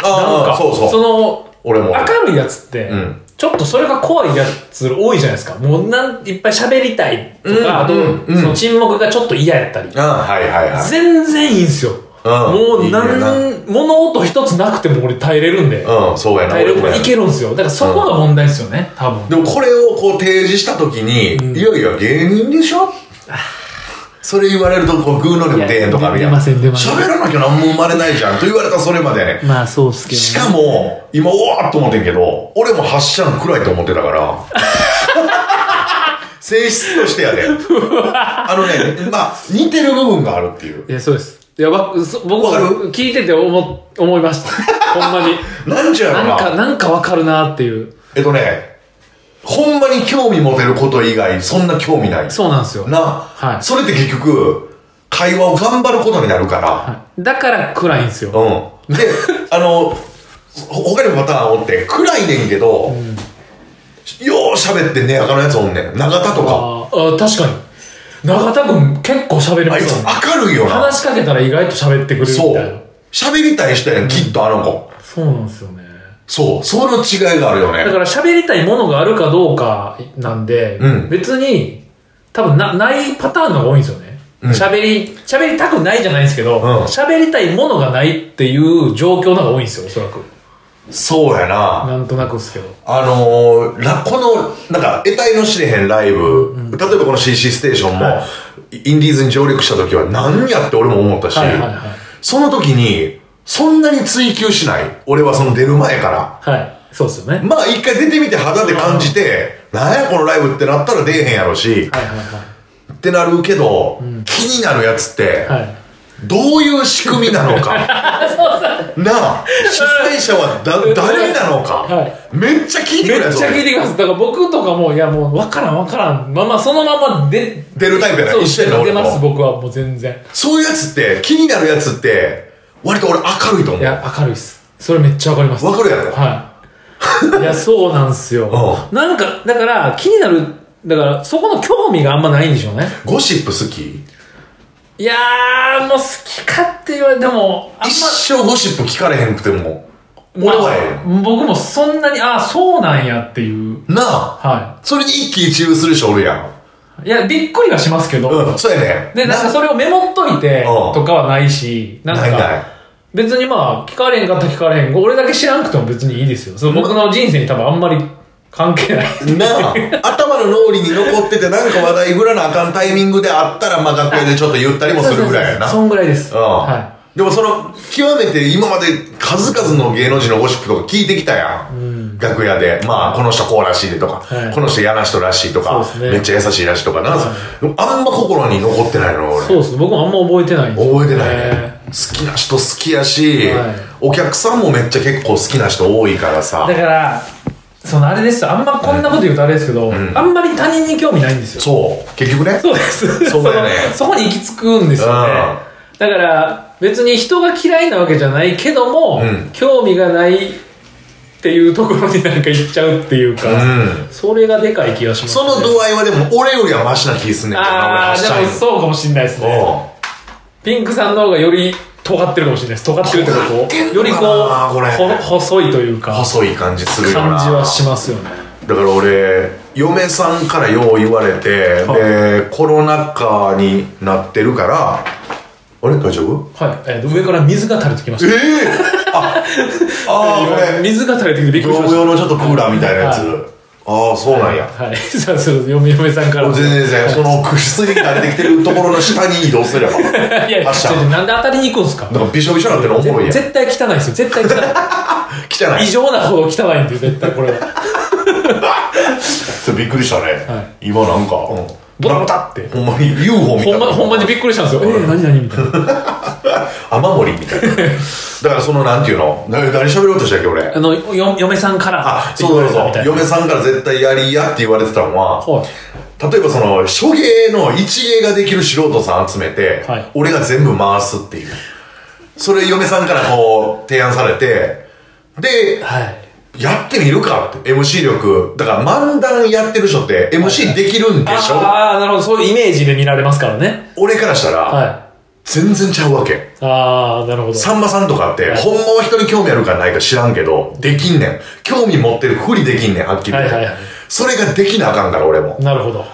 なん
あ
か
あ、そうそう。
の
俺も。
明るいやつって、
うん
ちょっとそれが怖いやつ多いじゃないですか。もうなん、いっぱい喋りたいとか、
うん
あと、
うんうん
その沈黙がちょっと嫌やったり。
ああ、はいはいはい。
全然いいんすよ。もう、
いい
な
ね
ん、物音一つなくても俺耐えれるんで。
うん、そうやな。
耐えれる
俺もや
いけるんすよ。だからそこが問題ですよね、多分。
でもこれをこう提示したときに、いやいや、芸人でしょそれ言われると、こう、グーのでも出えんとかあるやん。
いや出ません出ません
喋らなきゃ何も生まれないじゃんと言われたらそれまでね。
まあ、そうっすけ
しかも、今、うわーっと思ってんけど、俺も発射の暗いと思ってた から。性質としてやで。あのね、まあ、似てる部分があるっていう。
いや、そうです。いや、わそ僕
わか
は
る
聞いてて思、思いま した。ほんまに。
なんじゃろ
なんか、
な。
なんかわかるなっていう。
えっとね、ほんまに興味持てること以外、そんな興味ない。
そうなんですよ。
な、
い
それって結局、会話を頑張ることになるから。
はいだから暗いんすよ。
うん。で、 あの、ほ他にもパターンおって、暗いねんけど、よう喋ってね、あかのやつおんねん。永田とか。
あーあー確かに永田君結構喋れま
あい
す
つ
よね
明るいよな。
話しかけたら意外と喋ってくれるみ
そ
たいな
う。喋りたい人やねん、きっとあの子。
そうなんですよね
そう。その違いがあるよ
だか
ね。
ら喋りたいものがあるかどうかなんで、
うん
別に多分なないパターンの方が多いんですよね
うん
喋、り喋りたくないじゃないんですけど
ん
喋、りたいものがないっていう状況の方が多いんですよおそらく
そうやな。
なんとなくですけど
あのー、ラこの、なんか、得体の知れへんライブ、例えばこの CC ステーションも、
は
インディーズに上陸した時は何やって俺も思ったし、
はいはいはい
その時に、そんなに追求しない。俺はその出る前から。
はいそうですよね
まあ一回出てみて肌で感じて、なんやこのライブってなったら出えへんやろし、
はいはいは
ってなるけど、気になるやつって、
いはい
どういう仕組みなのか。 なあ、主催者はだ誰なのか、
はい
めっちゃ聞いてく
め
れ
っ
やつ
ちゃ聞いてきますだから僕とかもいやもう分からん分からんまあまあそのままで
出るタイプやな
そう
一緒やな
出
俺も
ます僕はもう全然
そういうやつって、気になるやつって、割と俺明るいと思。
いうや明るいっすそれめっちゃ分かります
わかるやろ
はいや、そうなんすよ。
う
なんか、だから、気になる、だから、そこの興味があんまないんでしょうね。
ゴシップ好き
いやー、もう好きかって言われても、あん
一生ゴシップ聞かれへんくても俺
ま、
はえ
まあ僕もそんなに、あー、そうなんやっていう。
えなあ
は
それに一喜一憂する人おるやん
い。いや、びっくりはしますけど、
うんそうやね
で、なんかそれをメモっといて
うん
とかはないし、なん
ないな
か、
い
別にまあ、聞かれへんかったら聞かれへん。俺だけ知らんくても別にいいですよ。その僕の人生に多分あんまり関係ない。
なあ頭の脳裏に残っててなんか話題振らなあかんタイミングであったらまあ学園でちょっと言ったりもするぐらいやな
そうそうそうそんぐらいです。
うん
は
でもその極めて今まで数々の芸能人のゴシップとか聞いてきたやん、楽屋でまあこの人こうらしいでとか、
はい
この人嫌な人らしいとか、
そうですね
めっちゃ優しいらしいとかな、でもあんま心に残ってないの
い。そ
俺
うですね。僕もあんま覚えてないんですよ
覚えてないね。好きな人好きやし、
はい
お客さんもめっちゃ結構好きな人多いからさ
だから、そのあれですよ。あんまこんなこと言うとあれですけど、
ん
あんまり他人に興味ないんですよ。
そう結局ね
そうです。
そうだよね
そのそこに行き着くんですよね。だから、別に人が嫌いなわけじゃないけども、
うん
興味がないっていうところになんか行っちゃうっていうか、
うん
それがでかい気がします、
その度合いはでも俺よりはマシな気すんねんけどな俺
あ
は
あ
しゃ
ー、
い
でもそうかもしれないですね。
おう
ピンクさんの方がより尖ってるかもしれないです。尖ってるって
尖
こ
ってんの
とよりこう
かなこれ
ほ細いというか、
細い感じするよな
感じはしますよね。
だから俺嫁さんからよう言われて、
は
でコロナ禍になってるからあれ大丈夫
はい。えー上から水が垂れてきま
え
し
え
た。
あ あーこれ
水が垂れてきてびっくり
業
し
務
ました。
用のちょっとクーラーみたいなやつ、
は
ああそうなんや、
はい。 さあ、その嫁嫁さんから
俺
も。
全然全然その水に慣れてきてるところの下に移動すれ ば
いやいや、
発
ち
射
ょっとなんで当たりに行くんですか
なんかびしょびしょなってるのおもろいやん汚
絶対汚いですよ。絶対汚い。
い
異常なほど汚いんで、絶対これは。
ちょっとびっくりしたね、
は
今なんか、うん、
ボタボタって
ほんまに UFO みた
ほ
い
ん
な
ま、ほんまにびっくりしたんですよ。えー、何何みたいな。
雨漏りみたいなだからそのなんていうのな何喋ろうとしたっけ俺
あの、よ嫁さんから
あ
って言
そ
わ
う
れた
そ
み
うそ
た
う
いな。
嫁さんから絶対やりやって言われてたのは
はい。
例えばその初芸の一芸ができる素人さん集めて、
はい
俺が全部回すっていうそれ嫁さんからこう提案されてで
はい。
やってみるかって MC 力だから漫談やってる人って MC できるんでしょ、
ああ、なるほど。そういうイメージで見られますからね。
俺からした
はい
ら。全然ちゃうわけ
ああ、なるほど。
さんまさんとかって
はい
ほんまは人に興味あるかないか知らんけどできんねん興味持ってるふりできんねんはっきり言って、
はいはいはい
それができなあかんから俺も
なるほど。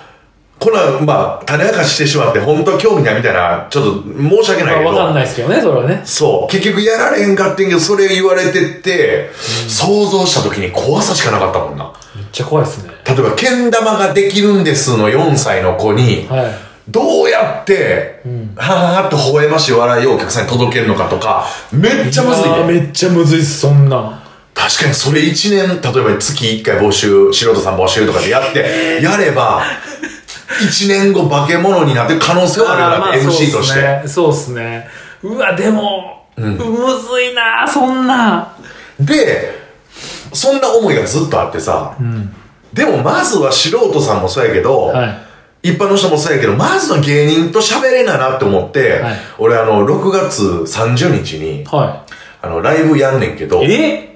こんなん、まあ、種明かししてしまって、本当は興味ないみたいな、ちょっと申し訳
ま
ない
あ、
けど。
わかんないですけどね、それはね。
そう。結局やられへんかってんけど、それ言われてって、想像した時に怖さしかなかったもんな。
めっちゃ怖いですね。
例えば、けん玉ができるんですの4歳の子に、
はい。
どうやって、はははっと微笑ましい笑いをお客さんに届けるのかとか、めっちゃむずい
やー
ね。
めっちゃむずいっす、そんなん。
確かにそれ1年、例えば月1回募集、素人さん募集とかでやって、やれば、1年後化け物になってる可能性はあるな
まあ
って、MC として。。
そうっすね。そうっすねうわ、でも、むずいなそんな。
でそんな思いがずっとあってさ、でもまずは素人さんもそうやけど、
はい。
一般の人もそうやけどまずは芸人と喋れななって思って、
はい
俺あの6月30日に
は
あのライブやんねんけど
い。え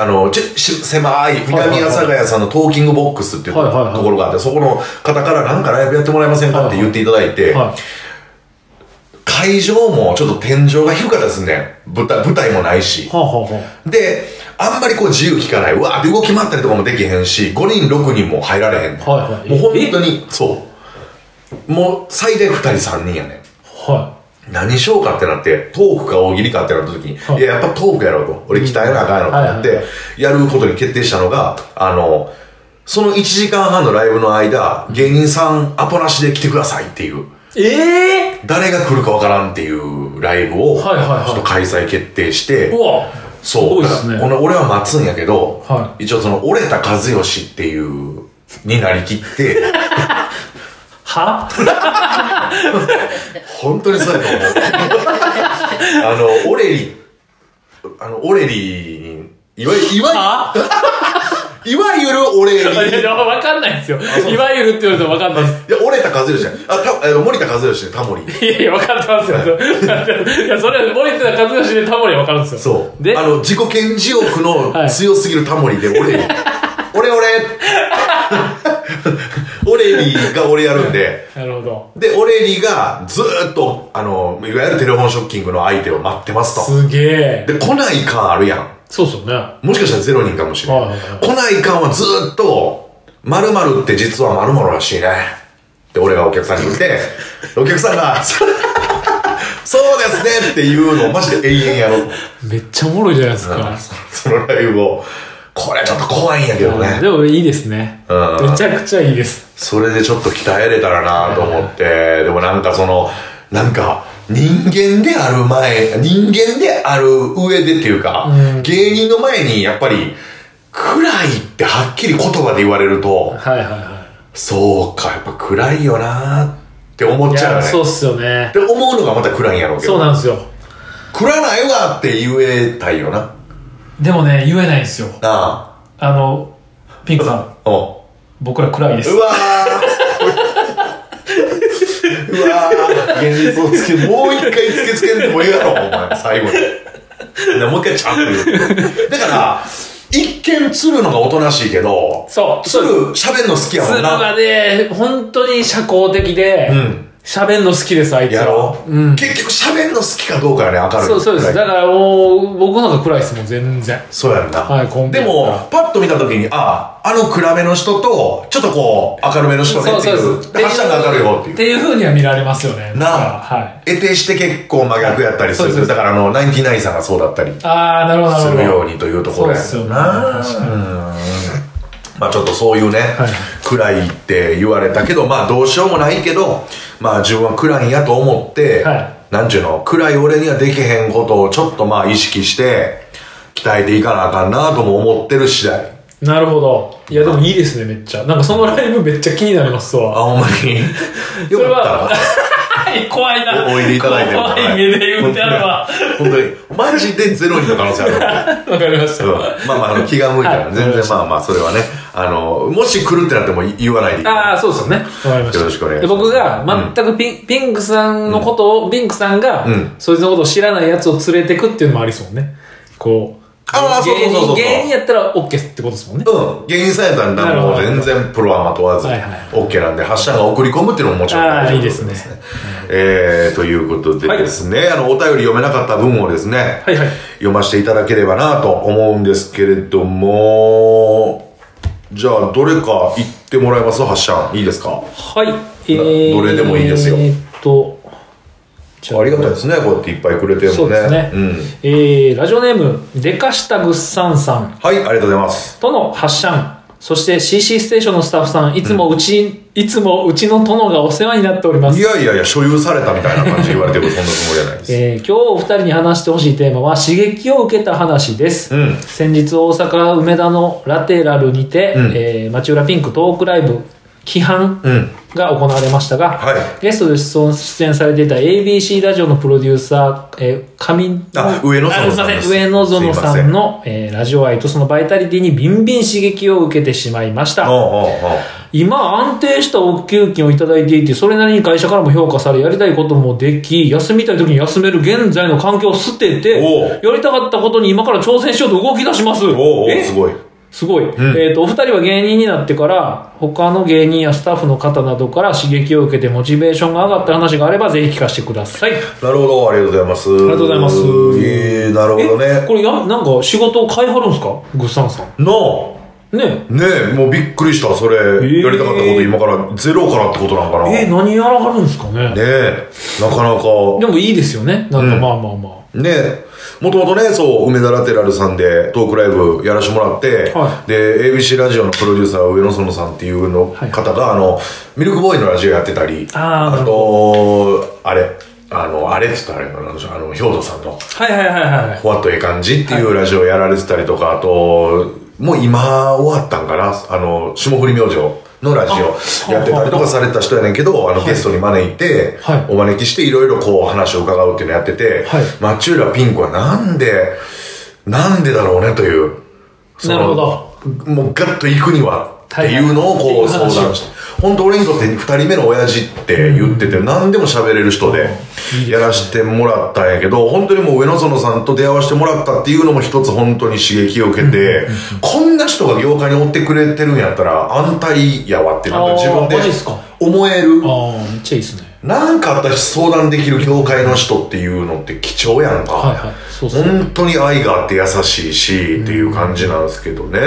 あのちょし狭い
はいはい
南阿佐ヶ谷さんのトーキングボックスっていうと
はいはいはい
ころがあってそこの方からなんかライブやってもらえませんかって言っていただいて、
は
会場もちょっと天井が低かったですね舞台舞台もないし
い。はあ、はあ、は
で、あんまりこう自由聞かない。うわーって動き回ったりとかもできへんし、5人、6人も入られへんねん。
はいはい
もう本当に、そう。もう最大2人、3人やねん。
あ。は
何しようかってなって、トークか大喜利かってなった時に、
はい
い、や、やっぱトークやろうと。俺鍛えなあかんやろうと思っ
はいは
て、やることに決定したのが、あの、その1時間半のライブの間、芸人さんアポなしで来てくださいっていう。
い。ええ
誰が来るかわからんっていうライブを、ち
はいはいはい
ょっと開催決定して、
うわ。
そう。
すごいっすね
だからこの俺は待つんやけど、
は
一応その、折れた和義っていう、になりきって、
は
本当にそうやと思う。あの、オレリ、あの、オレリに、いわゆる、いわ
は
ゆる、いわゆるオレリ。
いやいやわかんないですよ。いわゆるって言われてもわかんないです。
いや、オレ前田和義じゃん。あ、た、えー森田和義ね、タモリ。
いやいや、分かってますよ。いや、それは森田和義でタモリは分かるんですよ。
そう。
で
あの、自己顕示欲
は
の
い
強すぎるタモリで、俺、俺 俺オレリーが俺やるんで、
なるほど。
で、オレリーがずーっと、あの、いわゆるテレフォンショッキングの相手を待ってますと。
すげえ。
で、来ない感あるやん。
そうっすよね。は
もしかしたらゼロ人かもし
い
れない。
はいはい。
来ない感はずーっと、〇〇って実は〇〇らしいね。って俺がお客さんに言 って、お客さんが、 そうですねっていうのをマジで永遠やろう。
めっちゃおもろいじゃないですか。
そのライブを。これちょっと怖いんやけどね
で。もいいですね。
うん
めちゃくちゃいいです。
それでちょっと鍛えれたらなと思って、でもなんかその、なんか、人間である前、人間である上でっていうか、
うん
芸人の前にやっぱり、暗いってはっきり言葉で言われると、
はいはいは
そうか、やっぱ暗いよなって思
い。
っ
い
ちゃう
や、
ね。
そう
っ
っすよね。
て思うのがまた暗いんやろうけ
そう
ど。
なんですよ。
暗ないわって言えたいよな。
でもね、言えないんですよ。
あ
あの、ピンクさん、
あ。うん。
僕ら暗いです
う。わー うわー現実をつけもう一回つけつけんでもええやろお前最後になもう一回ちゃんと言うだから一見鶴のがおとなしいけど
そう。
鶴喋るの好きやもん
鶴
な
がね、本当に社交的で
うん、
喋、るの好きです、あいつは
やろ、
うん。
結局喋るの好きかどうかやね明るい
そうそうです。だからもう、僕なんか暗いですもん、全然。
そうやんな、
はいコン
で
ビやったら
もパッと見た時にあああの暗めの人とちょっとこう明るめの人ねってい
そう
う
そう
ではっちゃんが明るい方っていう
っていう風には見られますよね。
なあ
はい。
得てして結構真逆やったりす
そうそう
る。
そ
だからあの、ナインティナインさんがそうだったり
あー、なるほど、なる
す
ほど。
るようにというところや
そうっすよね
な
確かに
うんまあちょっとそういうね、
い
暗いって言われたけど、まあどうしようもないけど、まあ自分は暗いんやと思って、
はい
なんちゅうの、暗い俺にはできへんことをちょっとまあ意識して、鍛えていかなあかんなあとも思ってる次第。
なるほど。いや、でもいいですね、めっちゃ。なんかそのライブめっちゃ気になります
あ、
わ。
ほんま に。よかったら。
はい、 怖いな。
おいでいただいてる
怖い目で言ってあるわ。
本当にマジでゼロ人の可能性ある
わかりました。
うんまあまああの、気が向いたら、
はい
全然まあまあ、それはね、あの、もし来るってなっても言わないでいい。
ああ、そうですよね。わかりました。
よろしくお願いし
で
ます
僕が全くピン,、ピンクさんのことを、ピンクさんが、
うん
そいつのことを知らないやつを連れてくっていうのもありそうね。こう。
あーそうそうそうそう
芸人芸人やったら OK ってことですもんね。
うん。芸人さんやったらなんかもう
なるほ
全
ど
然プロはまとわず、
はいはい
OK なんで、発射が送り込むっていうのももちろん
あ
大
あ、い
丈
い
夫
ですね。。
えー、ということでですね、あの、お便り読めなかった分をですね、
はいはい。
読ませていただければなと思うんですけれども、じゃあ、どれか言ってもらえます発射。いいですか
はい。えー、
どれでもいいですよ
えーっと、じ
ありがたいですね、こうやっていっぱいくれてるのね。
そうですね
うん。
えー、ラジオネーム、でかしたぐっさんさん。
はい、ありがとうございます。
との発射んそして CC ステーションのスタッフさんいつもうち、いつもうちの殿がお世話になっておりま
い
す
やいやいや、所有されたみたいな感じで言われてるそんなつもりじゃないです。
えー今日お二人に話してほしいテーマは刺激を受けた話です、
うん
先日大阪梅田のラテラルにて、
うん
えー町浦ピンクトークライブ規範
うん。
が行われましたが、
は
ゲストで出演されていた ABC ラジオのプロデューサー、えー上野
あ上野園さん
あすいませ
です
上野園さんの、えーラジオ愛とそのバイタリティにビンビン刺激を受けてしまいました。
おうおうおう
今安定したお給金をいただいていてそれなりに会社からも評価されやりたいこともでき休みたい時に休める現在の環境を捨てて
おう
やりたかったことに今から挑戦しようと動き出します
おうおう
え
すごい。
すごい、
ん
えっとお二人は芸人になってから他の芸人やスタッフの方などから刺激を受けてモチベーションが上がった話があればぜひ聞かせてください
なるほど、ありがとうございます。あ
りがとうございます
えー、なるほど
え
ね。
これやなんか仕事を買いはるんですかぐっさんさん
の
ね
ねえ、もうびっくりした、それ、
ー
やりたかったこと今からゼロからってことなんかな。
え
ね
何やらはるんですかね
え、なかなか。
でもいいですよねなんかまあまあまあ、
ねえ、もともとね、そう、梅田ラテラルさんでトークライブやらしてもらって、
は
で、ABC ラジオのプロデューサー、上野園さんっていうの
はい
方が、あの、ミルクボーイのラジオやってたり、
あー
あと、あれ、あの、あれって言ったらあれかな、あの、兵頭さんの、
はいはいはいはいはい
ふわっとええ感じっていうラジオやられてたりとか、あと、もう今終わったんかな、あの、霜降り明星のラジオ
あ
やってたりとかされてた人やねんけど、あの、ゲストに招いて、
はい
お招きしていろいろこう話を伺うっていうのやってて、
はい
町浦ピンクはなんで、なんでだろうねという、その
なるほど。
もうガッと行くにはってっていうのをこう
はいはいはい
相談して本当俺にとって2人目の親父って言ってて何でも喋れる人で
いいですね
やらしてもらったんやけど本当にもう上野園さんと出会わせてもらったっていうのも一つ本当に刺激を受けてこんな人が業界に追ってくれてるんやったら安泰やわってなんか自分で
あーマジっすか
思える
ああ、めっちゃいいですね。
なんか私相談できる業界の人っていうのって貴重やんか、
はいはい。そうそう。
本当に愛があって優しいしっていう感じなんですけどね、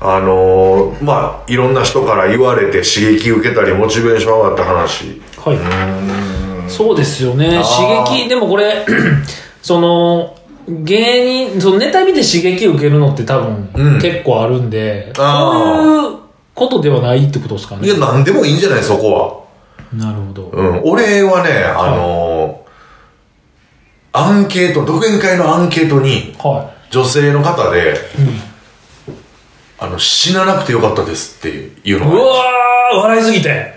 あのーまあいろんな人から言われて刺激受けたりモチベーション上がった話
はい。そうですよね。
あー
刺激、でもこれ、 その、芸人、そのネタ見て刺激受けるのって多分、
うん
結構あるんで、
あー
そういうことではないってことですか
い
ね
や。何でもいいんじゃないそこは
なるほど。
うん、俺はねあのーアンケート独演会のアンケートに
は
女性の方で
い。うん
あの死ななくてよかったですっていうの
う
が
わー、笑いすぎて。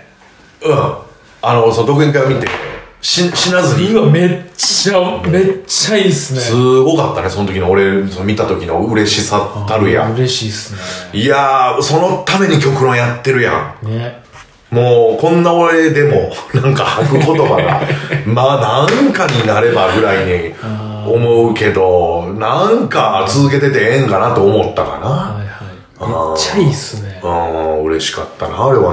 うんあのその独演会を見て死死なずに
うわ、めっちゃ、めっちゃいいっすね。
すごかったね、その時の俺、その見た時の嬉しさたるやん。
嬉しいっす
いやー、そのために曲論やってるや
ね。ね。
ん。もう、こんな俺でも、 なんか吐く言葉 が、まあ、なんかになればぐらいに
あー
思うけど、なんか続けててええんかなと思ったかな。
はいはい。めっちゃいいっすね。
うん、嬉しかったな、あれは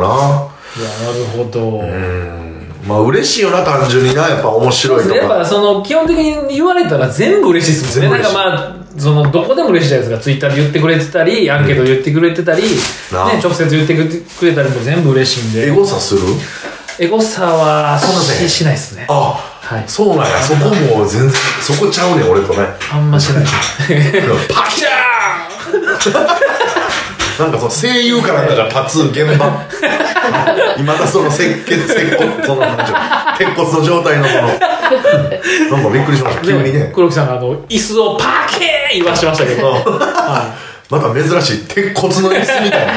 いや、なるほど。
な。うん。まあ、嬉しいよな、単純にな。やっぱ面
そう
白
で
い
す
と
ね。やっぱ
か。
その、基本的に言われたら全部嬉しいっすもん
全
ね。なん
部嬉し
か
い
まあ、その、どこでも嬉しいじゃないですか。ツイッターで言ってくれてたり、アンケートで言ってくれてたり、ね
なあ、
直接言ってくれたりも全部嬉しいん
エ
で。
ゴサする
エゴサは、
そんなせ
し
ん
しないっすね。
あ、
はい。
そうなんや。そこもう全然、そこちゃうね、 俺とね。
あんましない。
パキャーンなんかその声優からなんか立つ現場いまだその接血接骨そのなんちゅうの鉄骨の状態のそのなんかびっくりしました急に
で
ね
黒木さんがあの、椅子をパーケー言わしてましたけど。はい。
また珍しい鉄骨の椅子みたいな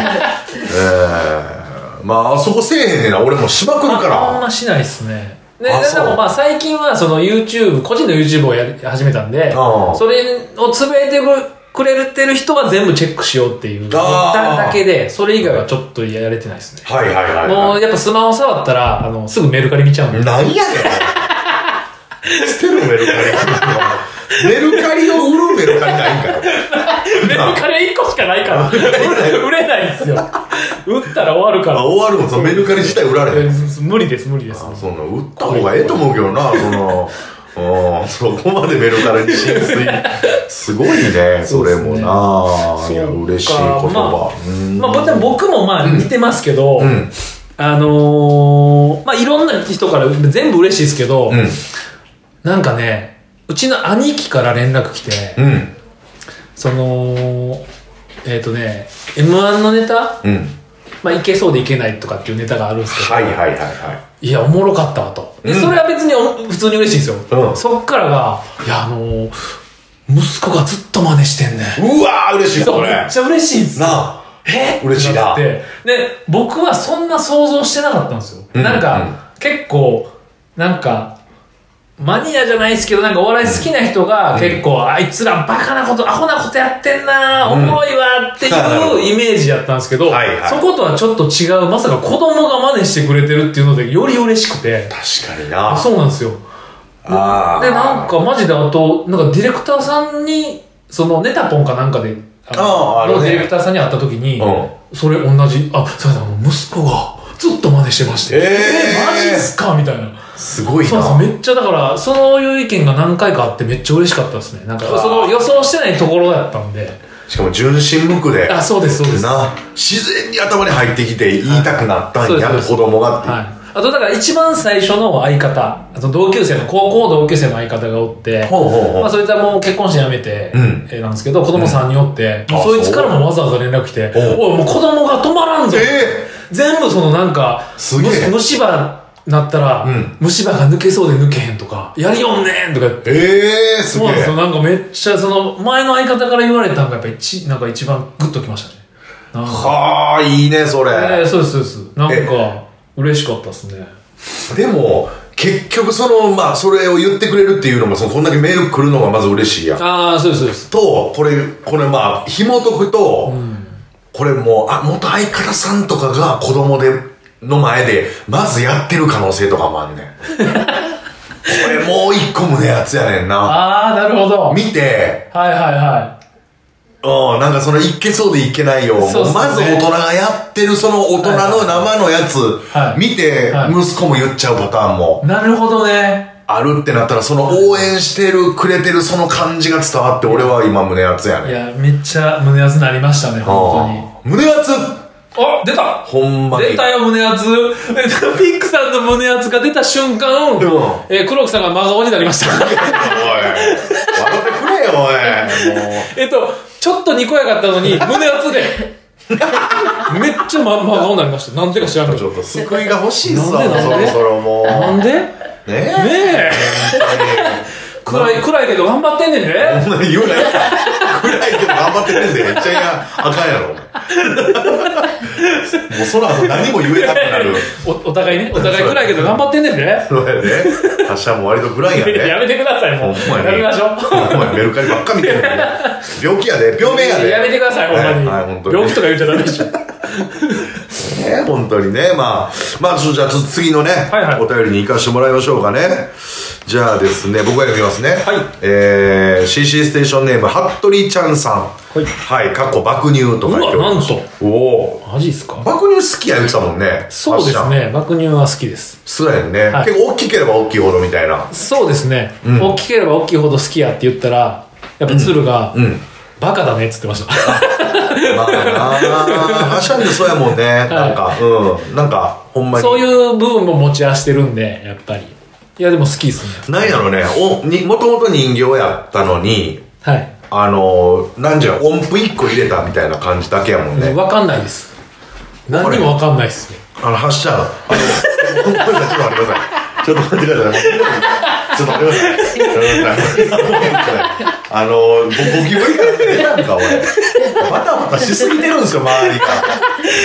えー、まああそこせえへんねんな俺もうしまくるか
ああん
ら
ましないですね。で、
あ
で
そう
もまあ最近はその YouTube、個人の YouTube をやり始めたんで、
ああ
それをつぶやいてくれてる人は全部チェックしようっていう
ああ
だだけで、それ以外はちょっとやれてないですね。
はいはいはい、
も
は
うやっぱスマホ触ったら、あの、すぐメルカリ見ちゃうん
い、
で。
なんやねん捨てるメルカリメルカリを売るメルカリないんかよ
メルカリ1個しかないから、売れないですよ。売ったら終わるか
あ
ら。
終わるもんそのメルカリ自体売られへん
え無理です、無理です。
そんな打った方がええと思うけどな、その。うん、そこまでメルカリに浸水。すごいね、それもな。いや、
そうか
嬉しい言葉。うん
まあ、僕もまあ似てますけど、
うん、
あのー、まあいろんな人から全部嬉しいですけど、
うん、
なんかね、うちの兄貴から連絡来て、
うん、
その、えっ、とね、M1 のネタ、
うん。
まあ、いけそうでいけないとかっていうネタがあるんですけど、、
はいはいはいはい
や、おもろかったわと。で、
うん
それは別にお普通に嬉しいんですよ。
うん
そっからが、いや、あのー、息子がずっと真似してんねん。
い。うわー、嬉しい、
そ
こ
う、め
れ。な
っちゃ嬉しいんですよ。
あ。
え
嬉しいな
ってってで、僕はそんな想像してなかったんですよ。
うん
なんか、結構、なんか、マニアじゃないですけど、なんかお笑い好きな人が結構、あいつらバカなこと、アホなことやってんな、お
ん
もろいわっていうイメージやったんですけど、
はいはい
そことはちょっと違う、まさか子供が真似してくれてるっていうので、より嬉しくて、
確かにな。
そうなんですよ。
あー
で、なんかマジであと、なんかディレクターさんに、そのネタポンかなんかで、あ
あーあるね
のディレクターさんに会った時に、
う
それ同じ、あ、そうだ、息子がずっと真似してまして、
えー
マジっすかみたいな。
すごい
そうそう、
な。
めっちゃだから、そういう意見が何回かあってめっちゃ嬉しかったですね。なんか
あ、ー
その予想してないところだったんで。
しかも、純真無垢で。
あ、そうです、そうです。はい。
な、自然に頭に入ってきて言いたくなったんや、
はいそうです
子供がっていう。
あと、だから一番最初の相方、あと同級生の、高校同級生の相方がおって、
ほうほうほう
まあ、そいつはもう結婚して辞めて、
うん
えーなんですけど、子供3人おって、
うん
もうそいつからもわざわざ連絡来て、
おう
おい、もう子供が止まらんぞ、
え
全部そのなんか、
すげえ
む虫歯なったら、
うん
虫歯が抜けそうで抜けへんとか、やりよんねんとか、
えええす
そう
げ
なんです
え
よ。。なんかめっちゃ、その、前の相方から言われたのが、やっぱ一、なんか一番グッときましたね。なんか、
はあ、いいね、それ。
えーそうです、そうです。なんか、嬉しかったですね。
でも結局そのまあそれを言ってくれるっていうのもそのこんだけメール来るのがまず嬉しいやん
ああ、そうです、そうです。
とこれこれまあ紐解くと、これもう、あ、元相方さんとかが子供で、の前で、まずやってる可能性とかもあんねん。こ れもう一個胸熱やねんな。
ああ、なるほど。はい
見て、
はいは
うん、なんかそのいけそうでいけないよ。
そうっすね
もうまず大人がやってるその大人の生のやつ、
はい
見て、
はい
息子も言っちゃうパターンも
い。なるほどね。
あるってなったら、その応援してる、くれてるその感じが伝わって、俺は今胸熱や
い
ねん。
や、めっちゃ胸熱なりましたね、本
うん胸熱
当に。あ、出た
ほんまに。
出たよ、胸熱。 えっとピックさんの胸熱が出た瞬間、
うん
えー、黒木さんが真顔になりました。
おい。笑ってくれよ、おい。も
えっと、ちょっとにこやかったのに、胸熱で。 めっちゃ真真顔になりました。なんでか知らんけ
う。ちょ
ど。
っと救いが欲しいっすわ、
なんで
そ
なんで
ろそろもう。
なんでね
ね え。
え。暗い、暗いけど頑張ってんねんね。
そんなに言うなよ。暗いけど頑張ってるんで、めっちゃいや、あかんやろ、お前もうその後何も言えなくなる。
お、お互いね。お互い暗いけど頑張ってんねんね。
そうやね。発射も割と暗いや
や
ね。
めてください、もう。
ほんまに
やめま しょう。
お前メルカリばっか見てるね。病気やで、病名やで。
やめてください、ほんまに。
はいはい本当に
病気とか言っちゃダメでしょ。
ね、本当にね。まあ、まあ、ちょじゃあ、ちょっと次のね、
はいはい
お便りに行かしてもらいましょうかね。じゃあですね、僕が読みますね。はい。えー、CC ステーションネーム、服部ちゃんさん。
はい
はい、かっこ爆乳と
う
か
わ、なんと。
おおー
マジっすか
爆乳好きや言ってたもんね。
そう
ファッ
です
ション。
ね。爆乳は好きです。
そうやんね、
はい
結構大きければ大きいほどみたいな。
そうですね。
ん
大きければ大きいほど好きやって言ったら、やっぱ鶴が
う、ん。
バカだねっつってました。
まあなあ、ファッションでそうやもんね。なんか、うん。なんか、ほんまに。
そういう部分も持ち合わせてるんで、やっぱり。いや、でも好きですね。
なんやろね、お、に、もともと人形やったのに、
はい。
あのー、なんじゃ音符1個入れたみたいな感じだけやもんね。
わかんないです。何にもわかんないですね。
あの、発車、あの、ごめんなさい、ちょっと待ってください。ちょっと待ってください。ちょっと待ってください。ちょっと待ってください。あのー、ご、ゴキブリから出たんか、俺。バタバタしすぎてるんですよ、周りが。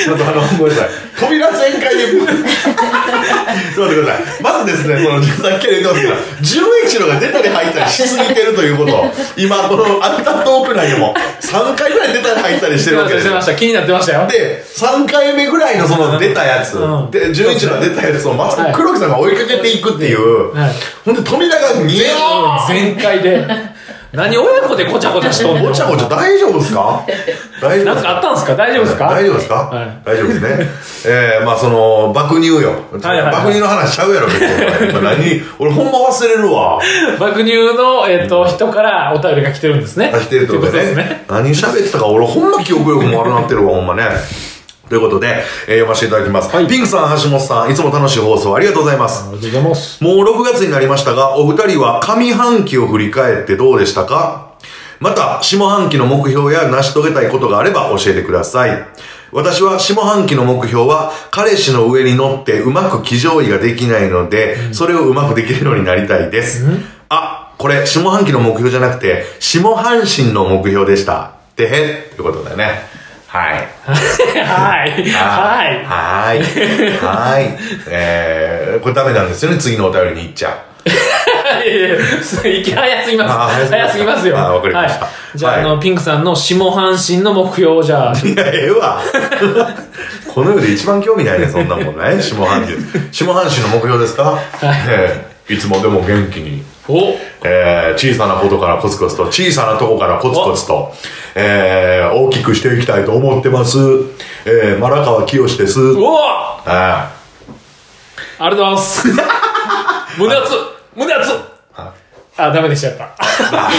ちょっとあの、ごめんなさい。扉全開で。 ちょっと待ってください。まずですね、その、さっきから言ってますけど、純一郎が出たり入ったりしすぎてるということ。今、この、アンタットオープン内でも、3回ぐらい出たり入ったりして
気
る
にな
わ
っ
け
て
です
まして
よ
ま。した。気になってましたよ。
で、3回目ぐらいのその出たやつ、
うん
で、純一郎出たやつを松
はい
本黒木さんが追いかけていくっていう、
はい
ほんで富田が見え
全開 で。何親子でごちゃごちゃしとんの
ごちゃごちゃ大丈夫ですか大丈夫
なん
です
かあ
か
ったんですか大丈夫ですか
大丈夫ですか、
はい
大丈夫ですね。えー、まあその、爆乳よ。
はいはい
爆乳の話しちゃうやろ、結構。今何俺ほんま忘れるわ。
爆乳の、えっ、と、人からお便りが来てるんですね。
出してるってこと
とい
で
う
ね
ですね。
何喋ってたか俺ほんま記憶力も悪なってるわほんまねということで、えー読ませていただきます、
はい
ピンクさん橋本さんいつも楽しい放送ありがとうございます
ありがとうございます。
もう6月になりましたが、お二人は上半期を振り返ってどうでしたかまた、下半期の目標や成し遂げたいことがあれば教えてください。私は下半期の目標は、彼氏の上に乗ってうまく騎乗位ができないので、それをうまくできるようになりたいです。あ、これ、下半期の目標じゃなくて、下半身の目標でした。てへってことだよね。はい。
はい。は
はーい。は ーい。えー、これダメなんですよね、次のお便りに行っちゃう。
い。 いやいやすいき早すぎます
あ。
早すぎますよ。
あわかりました
はいじゃあ、
はい
あの、ピンクさんの下半身の目標をじゃあ、
いや、ええわ。 この世で一番興味ないね、そんなもんね。下半身。下半身の目標ですか、ええいつもでも元気に。
お
えー、小さなことからコツコツと、小さなとこからコツコツと、えー、大きくしていきたいと思ってます。えー、荒川清です。
うお
あ
ありがとうござ います。胸熱胸熱
あ
あ、ダメでした、やっぱ。ダ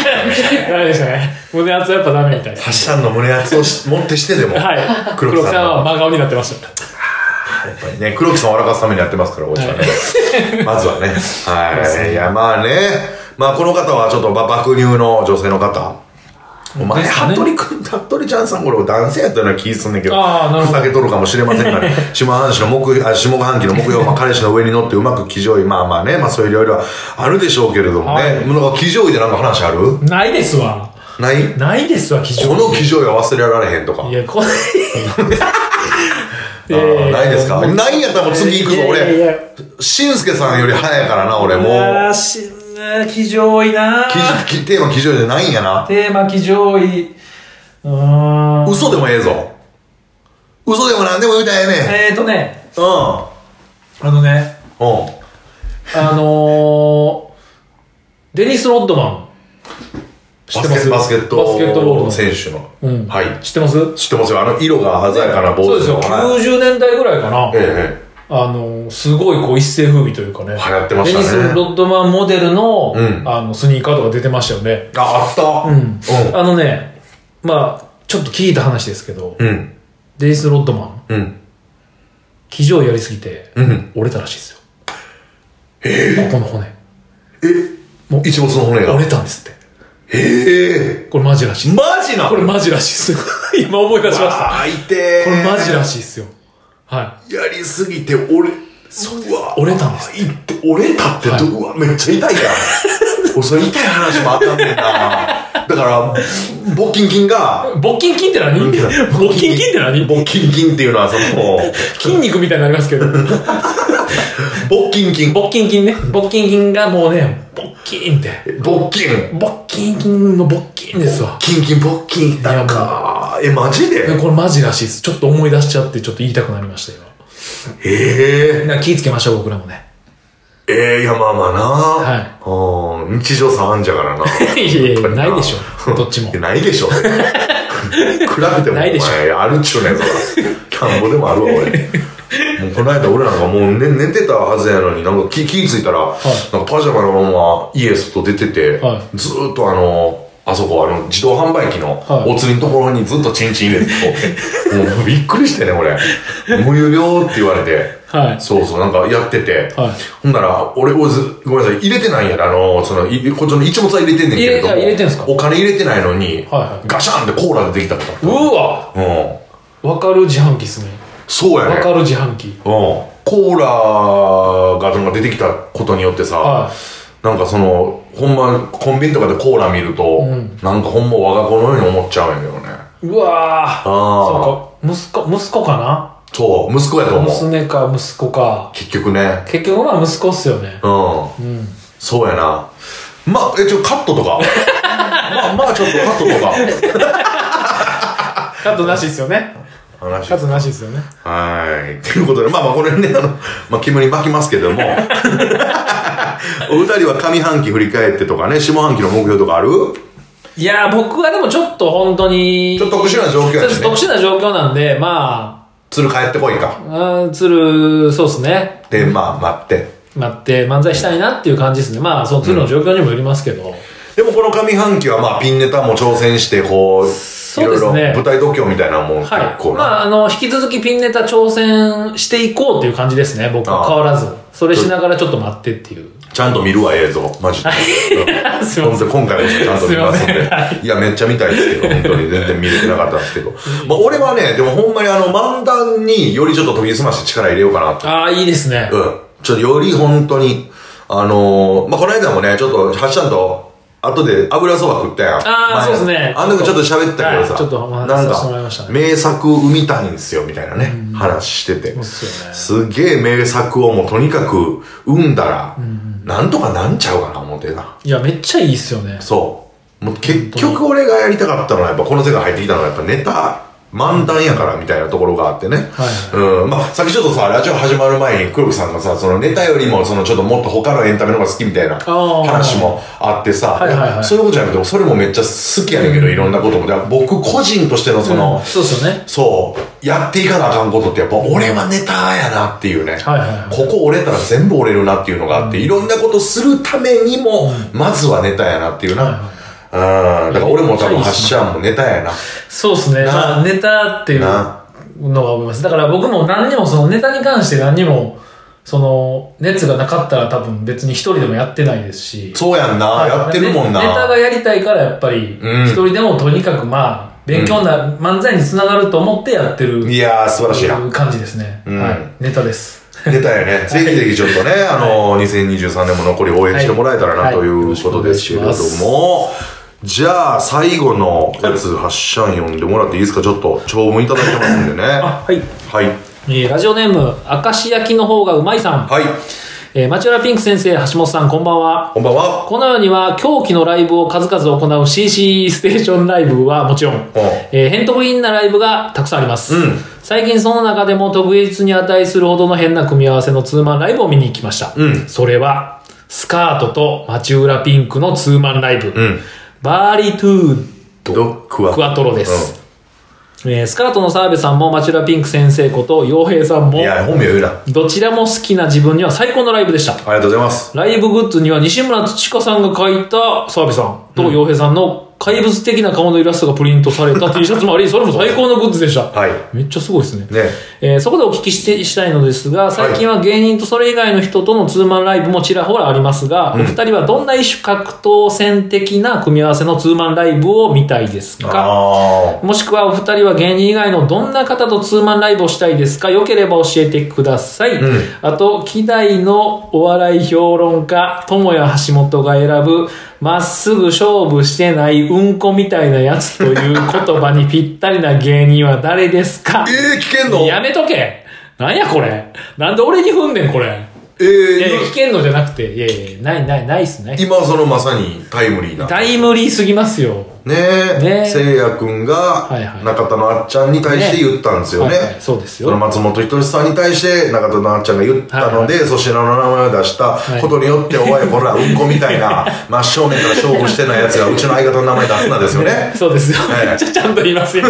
メでしたね。胸熱やっぱダメみた いです。
発射の胸圧をし持ってしてでも、
はい。
黒
黒
木
木
さん
さん
は
は真顔になってました。
やっぱりね、黒木さんを笑かすためにやってますから、おうちはね。 まずはね。はい。いや、まあね。まあ、この方はちょっと、ば爆乳の女性の方。お前、
ですかね
服部君、服部ちゃんさん、これ男性やったような気すんねんけど、
あーなる
ふ
ほど
ざけとるかもしれませんが ね、下半期の目標、あ下半期の目標、まあ、彼氏の上に乗ってうまく騎乗位、まあまあね、まあそういういろいろあるでしょうけれどもね、
はい
なんか騎乗位でなんか話ある
ないですわ。
ない
ないですわ、基準
こ。の騎乗位は忘れられへんとか
い。や、これ。
あーないですかないんやったらもう次行くぞ、
いやいやい
俺。
や
しんすけさんより早いからな、俺もう。
あーしん騎乗位な
記事きテーマ記事じゃないんやな
テーマ騎乗位うーん
嘘でもええぞ嘘でも何でも言うたらええねん。
えーとね、
う
あのね、
ん。うん。
あのー、デニス・ロッドマン。知ってます
バスケバスケット
バスケットボールの。
選手の、
うん
はい
知ってます
知ってますよあの色が鮮やかなボー
そう
ル
ですよ。
はい
90年代ぐらいかな。
え
あの、すごいこう一世風靡というかね。流
行ってましたね
デニス・ロッドマンモデルの、
うん
あの、スニーカーとか出てましたよね。
えああった
う
う
ん。あのね、まあちょっと聞いた話ですけど、
んうん
デニス・ロッドマン、
うん
騎乗やりすぎて、
うん
折れたらしいですよ。ここの骨。もう
え一没の骨が
折れたんですって。
ええ
これマジらしいです。
マジな
これマジらしいです。 今思い出しました。
あいて
これマジら
し
しいですよ。はい。
やりすぎて折れそうわ
折れたんです
いって折れたってど、
はいう
わめっちゃ痛いやん おそれ痛い話もあったんだよなだから募金金が
勃筋筋って何勃筋筋って何
募金金っていうのはその
筋肉みたいになりますけど。
募金金
勃筋筋ね。勃筋筋がもうね、勃筋って。
募金
勃筋筋の勃筋ですわ。
キンキンボッキンなんか、え、マジで
でこれマジらしいです。ちょっと思い出しちゃって、ちょっと言いたくなりました、今。
え
みん
え
な気ぃつけましょう、僕らもね。
ええいや、まあまあな。
はい
うん日常さあんじゃからな。
いやいやいやないでし ょどっちも
いやないでしょ。暗くても、
ないでしょ
お前あるっちゅうねん、そら。キャンボでもあるわ、俺。もうこの間俺なんかもう寝寝てたはずやのになんか気気ぃついたら、なんかパジャマのまま家外出てて、
は
ずーっとあのあそこあの自動販売機の
はい
お釣りのところにずっとチンチン入れてこうもうびっくりしてね俺「無有料」って言われて、
はい
そうそうなんかやってて、
はい
ほんなら俺おずごめんなさい入れてないんやなあのそのいこっちの一物は入れてんねんけれども
入れあ入れてんすか
お金入れてないのに、
はいはい
ガシャンってコーラでできたことあった
うわ
うん
わかる自販機っすね。
そうやね
わかる自販機。
うん、コーラがなんか出てきたことによってさ、
は
なんかそのほんまコンビニとかでコーラ見ると、
うん
なんかほんま我が子のように思っちゃうんやけどね
うわー
ああ
そうか、息子、息子か
そう息子やと
な
思う
娘か息子か。
結局ね
結局は息子っすよね。
うん
うん。
そうやなまあえちょカットとか まあまあちょっとカットとか
カットなしっすよね。
話
カットなしっすよね。
はい。 ということで、まあまあ、これね、あの、まあ、煙巻きますけども、 お二人は上半期振り返ってとかね、下半期の目標とかある
いやー、僕はでもちょっと本当に。
ちょっと特殊な状況やしね
ちょっと特殊な状況なんで、ま
鶴帰ってこいか。
あ、うん、鶴、そうっすね。
で、まあ、待って。
待って、漫才したいなっていう感じですね。まあ、その鶴の状況にもよりますけど。
でも、この上半期は、まあ、ピンネタも挑戦して、こう、い
で
ろい
すね
ろ舞台度胸みたいなもん、結
はい。
構
ま
な。
あ、あの、引き続きピンネタ挑戦していこうっていう感じですね。僕
あ
は
あ
変わらず。それしながらちょっと待ってっていう。
ちゃんと見るわ、映像。マジで。うん
すいません
本当に今回もちゃんと見ますん
すい
で。いや、めっちゃ見たいですけど、本当に全然見れてなかったんですけど。まあ、俺はね、でもほんまにあの、漫談によりちょっと研ぎ澄まして力入れようかなと
ああ、いいですね。
うん。ちょっとより本当に、あのー、まあ、この間もね、ちょっと、はっちゃんと、後で油そば食ったやん。
あー
前
そうですね
あの時ちょっと喋ったけどさ、
はいちょっとお話し
なん
させてもらいました
か、
ね
名作生みたいんですよ、みたいなね、話してて
そうっ。すよね。
すげえ名作をもうとにかく生んだら、なんとかなんちゃうかな、思ってな。
いや、めっちゃいいっすよね。
そう。もう結局俺がやりたかったのは、やっぱこの世界入ってきたのは、やっぱネタ、漫談やからみたいなところがあってね。
はい
うん。まあ、さっきちょっとさ、ラジオ始まる前に黒木さんがさ、そのネタよりも、そのちょっともっと他のエンタメの方が好きみたいな
ー
話もあってさ、
はいはいはい
そういうことじゃなくて、それもめっちゃ好きやねんけど、いろんなことも。だから僕個人としてのその、
うんそうっすよね。
そう、やっていかなあかんことって、やっぱ俺はネタやなっていうね。
はいはいはい
ここ折れたら全部折れるなっていうのがあって、いろんなことするためにも、まずはネタやなっていうな。
はいはい
うん。だから俺も多
い
分、
やめっちゃいいっすね
ハッシャーもネタやな。
そうですね。
な
まあ、ネタっていうの
な
が思います。だから僕も何にも、そのネタに関して何にも、その、熱がなかったら多分別に一人でもやってないですし。
そうやんな。
はい
やってるもんな。
ねネタがやりたいからやっぱり、
うん
一人でもとにかくまあ、勉強な、漫才につながると思ってやってる。
いやー、素晴らしいな。
感じですね。
うん
はい。ネタです。
ネタやね。ぜひぜひちょっとね、あの2023年も残り応援してもらえたらな、
はい
ということですけれど
はいよろしく
も、じゃあ、最後のやつ、ハッシャン読んでもらっていいですかちょっと、長文いただいてますんでね。
あ、はい。
はい。
えーラジオネーム、明石焼きの方がうまいさん。
はい。
えー、町浦ピンク先生、橋本さん、こんばんは。
こんばんは。
このようには、狂気のライブを数々行う CC ステーションライブはもちろん、
うん
えー、ヘントブインなライブがたくさんあります。
うん
最近その中でも特別に値するほどの変な組み合わせのツーマンライブを見に行きました。
うん
それは、スカートと町浦ピンクのツーマンライブ。
うん
バーリトゥード
ドクワ
クワトロです。えースカートの澤部さんも町浦ピンク先生こと洋平さ
う
ん
ん
も
い、や本名言うなあ
どちらも好きな自分には最高のライブでした。
りがとうございます
ライブグッズには西村土香さんが描いた澤部さんと洋平さんの怪物的な顔のイラストがプリントされ た T シャツもあり、それも最高のグッズでした。
はい
めっちゃすごいですね。
ね
えーそこでお聞きしてしたいのですが、最近は芸人とそれ以外の人とのツーマンライブもちらほらありますが、お二人はどんな一種格闘戦的な組み合わせのツーマンライブを見たいですか
あ
もしくはお二人は芸人以外のどんな方とツーマンライブをしたいですかよければ教えてください。
うん
あと、希代のお笑い評論家、友谷橋本が選ぶ、まっすぐ勝負してないうんこみたいなやつという言葉にぴったりな芸人は誰です
ー
か
えー、聞けんの
やめとけなんやこれなんで俺に踏んでんこれ
え
いやいや、
ー
聞けんのじゃなくて、いやいや、ないないないっすね。
今そのまさにタイムリーな
タイムリーすぎますよ。
ねえ、
ねえ
せいやくんが
はいはい
中田のあっちゃんに対して言ったんですよね。
はいはいそうです
その
よ。
松本人志さんに対して中田のあっちゃんが言ったので、粗品の名前を出したことによって、おい、ほら、うんこみたい な、真正面から勝負してないやつがうちの相方の名前出すなですよね。
そうですよ。
はい
めっちゃちゃんと言い ますよ。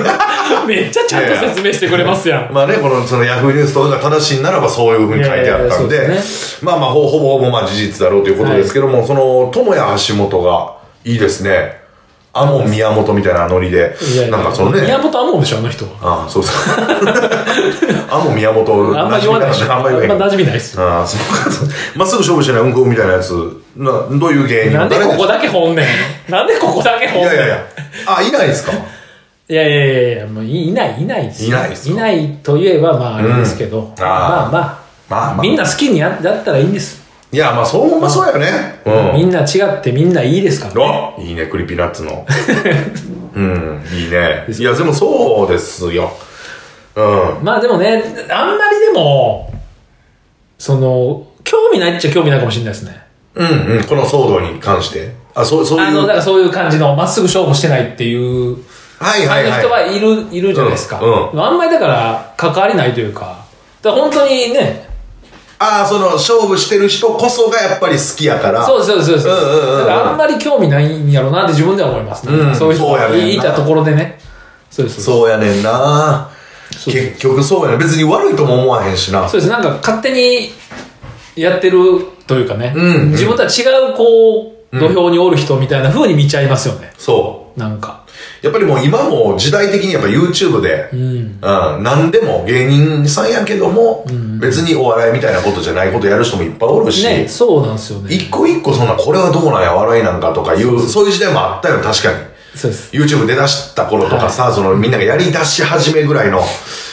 めっちゃちゃんと説明してくれますやん。
まあね、この、そのヤフーニュースとかが正しいならばそういうふうに書いてあったんで、
いやいやそうです
まあまあほ、ほぼほぼまあ事実だろうということですけども、その、友谷橋本がいいですね。あもん宮本みたいなノリで
いや、いや
なんかそのね、
宮本はもうでしょ、あの人は。
ああ、そう そう。あも宮本、
あんま言わないでしょ。
あ
あ
ん
ん
ま
ま
言わない。
馴染みないっすよ。
ああ、そうか。そうまっすぐ勝負してないうんこみたいなやつ、などういう芸人
なんでここ
だ
だけ本ねんなんでここだけ
い
本ね
や
ん
いやいや。あ、いないですか
いやいやいやいや、もういいない、いないですよ
いないっすか
いないといえば、まああれですけど。
あー
まあま
まあ
あ、
まあ。
みんな好きにややったらいいんです。
いや、まあそう、ほんまそうやね。
み
うん
な違ってみんないいですからね。
ん。おいいね、クリピーナッツ の。うん、いいね。いや、でもそうですよ。うん。
まあでもね、あんまりでも、その、興味ないっちゃ興味ないかもしれないですね。
うんうん、この騒動に関して。あ、そう、そういう。
あの、だからそういう感じの、まっすぐ勝負してないっていう、
はい
あ
はい
の
はい。
人はいる、いるじゃないですか。
うん
あんまりだから、関わりないというか、だから本当にね、
ああ、その、勝負してる人こそがやっぱり好きやから。
そうですそうですそうで
う
す
んうんうんうん
だからあんまり興味ないんやろうなって自分では思いますね。
うん
そういう人
そうや
が
ねんない
たところでね。そうですそう
そうやねんな
そう
結局そうやねん別に悪いとも思わへんしな
です。そうです。なんか勝手にやってるというかね、
うんうん
自分とは違うこう、土俵におる人みたいな風に見ちゃいますよね。
そ
なんか。
うやっぱりもう今も時代的にやっぱ YouTube で、う
うんん。
何でも芸人さんやけども、別にお笑いみたいなことじゃないことやる人もいっぱいおるし、
ね、そうなんですよね。
一個一個そんなこれはどうなんや笑いなんかとかいうそういう時代もあったよ確かに
そうです。
YouTube 出だした頃とかさ、そのみんながやり出し始めぐらいの、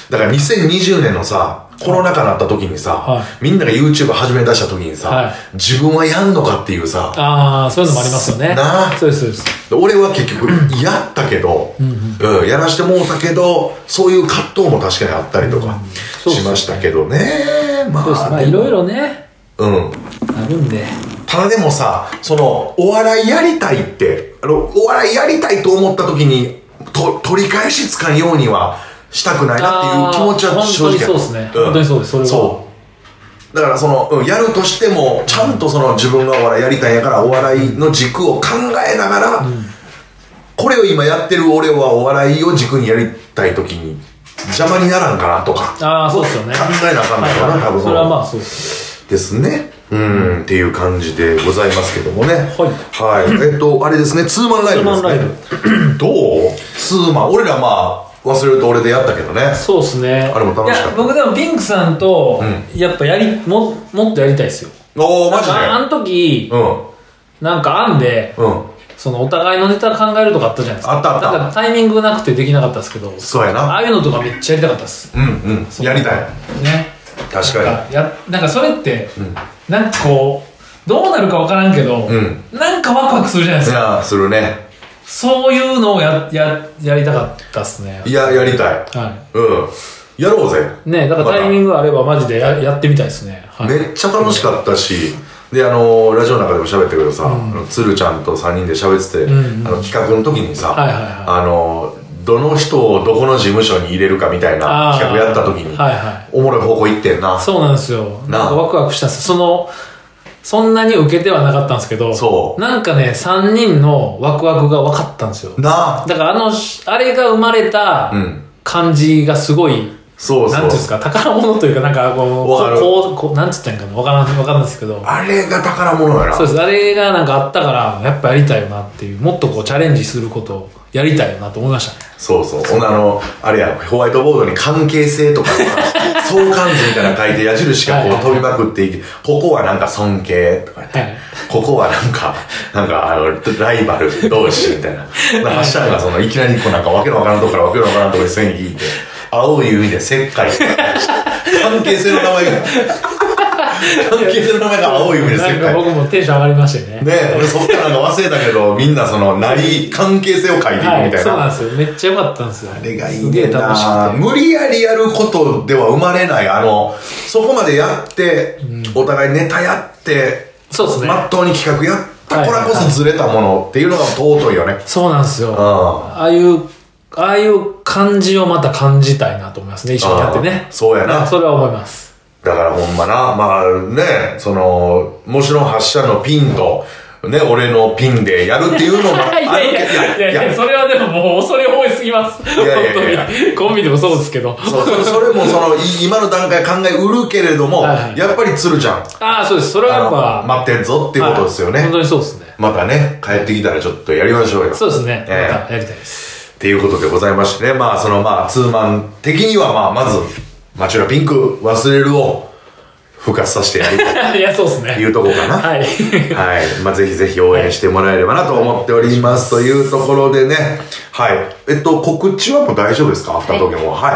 だから2020年のさ、コロナ禍になった時にさ、
は
みんなが YouTube 始め出した時にさ、
はい
自分はやんのかっていうさ、
ああ、そういうのもありますよね。
なあ
そうです、そうです。
俺は結局やったけど、うんやらしてもうたけど、そういう葛藤も確かにあったりとか
そうっす
し
ね
ましたけどね。ま
そうです。ま
あ、
あ、いろいろね、
うん。
あるんで。
ただでもさ、その、お笑いやりたいって、あの、お笑いやりたいと思った時に、と、取り返しつかんようにはしたくないなっていう気持ちは正直
あー本当にそうですね
ん
本当にそうですそれは
そう。だからその、うん、やるとしても、ちゃんとその自分がお笑いやりたいんやから、お笑いの軸を考えながら、これを今やってる俺はお笑いを軸にやりたい時に、邪魔にならんかなとか、考
ああ、そうですよね。
えなあかんのかな、多分
それはまあそうです。
ですね。うん、っていう感じでございますけどもね。はい。えっと、あれですね、ツーマンライブですね。 どうツーマン。俺らまあ、忘れると俺でやったけどね。
そうですね。
あれも楽しかった
いや僕でもピンクさんと、やっぱやり、も、もっとやりたいですよ。
おー、マ
なん
ジ
かあ
で
の時、
う
なんかあんで、
ん。うん。
そのお互いのネタ考えるとかあったじゃないですか。
あったあった
なんかタイミングなくてできなかったですけど、
そうや
あ
な。
あいうのとかめっちゃやりたかったです。
うんうん。やりたい。
ね。
確か
なんかやなんかそれって、なんかこうどうなるか分からんけど、
うん
なんかワクワクするじゃないで
に。い
すか
や、するね。
そういうのをやややりたかったっすね
いや、やりたい。
は
うん。やろうぜ。
いねだからタイミングがあればマジでややってみたいですね、はい、
めっちゃ楽しかったし、で、あのラジオの中でも喋ったけどさ、あのつるちゃんと3人で喋ってて、
うんうん
あの企画の時にさ、
はいはいはい
あのどの人をどこの事務所に入れるかみたいな
あー
企画やった時に、
はいは。
おもろい方向行ってんない
そうなんですよ。
なあ
なんかワクワクしたんですその、そんなに受けてはなかったんですけど、
そう
なんかね、3人のワクワクが分かったんですよ。
なあ
だからあの、あれが生まれた
うん
感じがすごい、
そう
なんていうんです
そう
か、宝物というか、なんかこ
わかる
う、こう、こう、なんつったんやんかな、わからん、わからんですけど、
あれが宝物やな
そうです、あれがなんかあったから、やっぱやりたいよなっていう、もっとこう、チャレンジすることをやりたいよなと思いましたね。
そうそうほんであのあれやホワイトボードに関係性とか相関図みたいなの書いて矢印がこう
はいはい
飛びまくっていきここはなんか尊敬とか言って
はい。
ここはなんか、なんか、あの、ライバル同士みたいな。ハッシャーがその、いきなりこうなんか、わけのわからんとこからわけのわからんとこに線引いて、青い海で石灰って関係性の名前が、関係性の名前が青い海で石
なんか
灰。
僕もテンション上がりましてね。
ねえ、俺そっからなんか忘れたけど、みんなその、なり、関係性を書いていくみ
は
たい
い、そうなん
な。
ですよ。めっちゃ良かったんですよ。
あれがいい
すげ
ね
え
ん
楽し
な
くて。
無理やりやることでは生まれない、あの、そこまでやって、お互いネタやって、
そうですね。
まっとうに企画やった
はい
これこそずれたものっていうのが尊いよね。
そうなんですよ。
あ
ああいう、ああいう感じをまた感じたいなと思いますね、一緒にやってね
あ。そうやな
それは思います。
だからほんまな、まあね、その、もちろん発射のピンと、ね、俺のピンでやるっていうの もあるけど、
それはでももう恐れ多いすぎます。
いやいやいや
に。コンビでもそうですけど。
そうそそれもその、い今の段階考えうるけれども、
はいはい
やっぱり鶴ちゃん、
ああ、そうです。それはやっ
あの
ぱ。
待ってんぞっていうことですよね。
はい本当にそうですね。
またね、帰ってきたらちょっとやりましょうよ。
そうですね。また
ええ
やりたいです。
っていうことでございましてね、まあ、そのまあ、ツーマン的には、まあ、まず、マチュラピンク忘れるを復活させてやると
いや、そうですね。
いうところかな。
は
は
い。
い。まあ、ぜひぜひ応援してもらえればなと思っております。というところでね。はい。えっと、告知はもう大丈夫ですかアフタートークも。はい。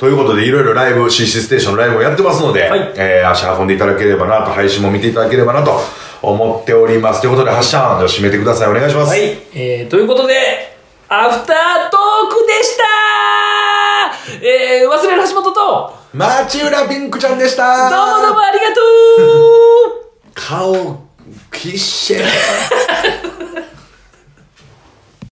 ということで、いろいろライブ、CC ステーションのライブもやってますので、
はい
えー足運んでいただければなと、配信も見ていただければなと思っております。ということで、ハッシャーン、じゃあ締めてください。お願いします。
はい。えー、ということで、アフタートークでしたえー、忘れる橋本と、ど
マチュラピンクちゃんでした
うもどうもありがとう
顔、きっしぇー。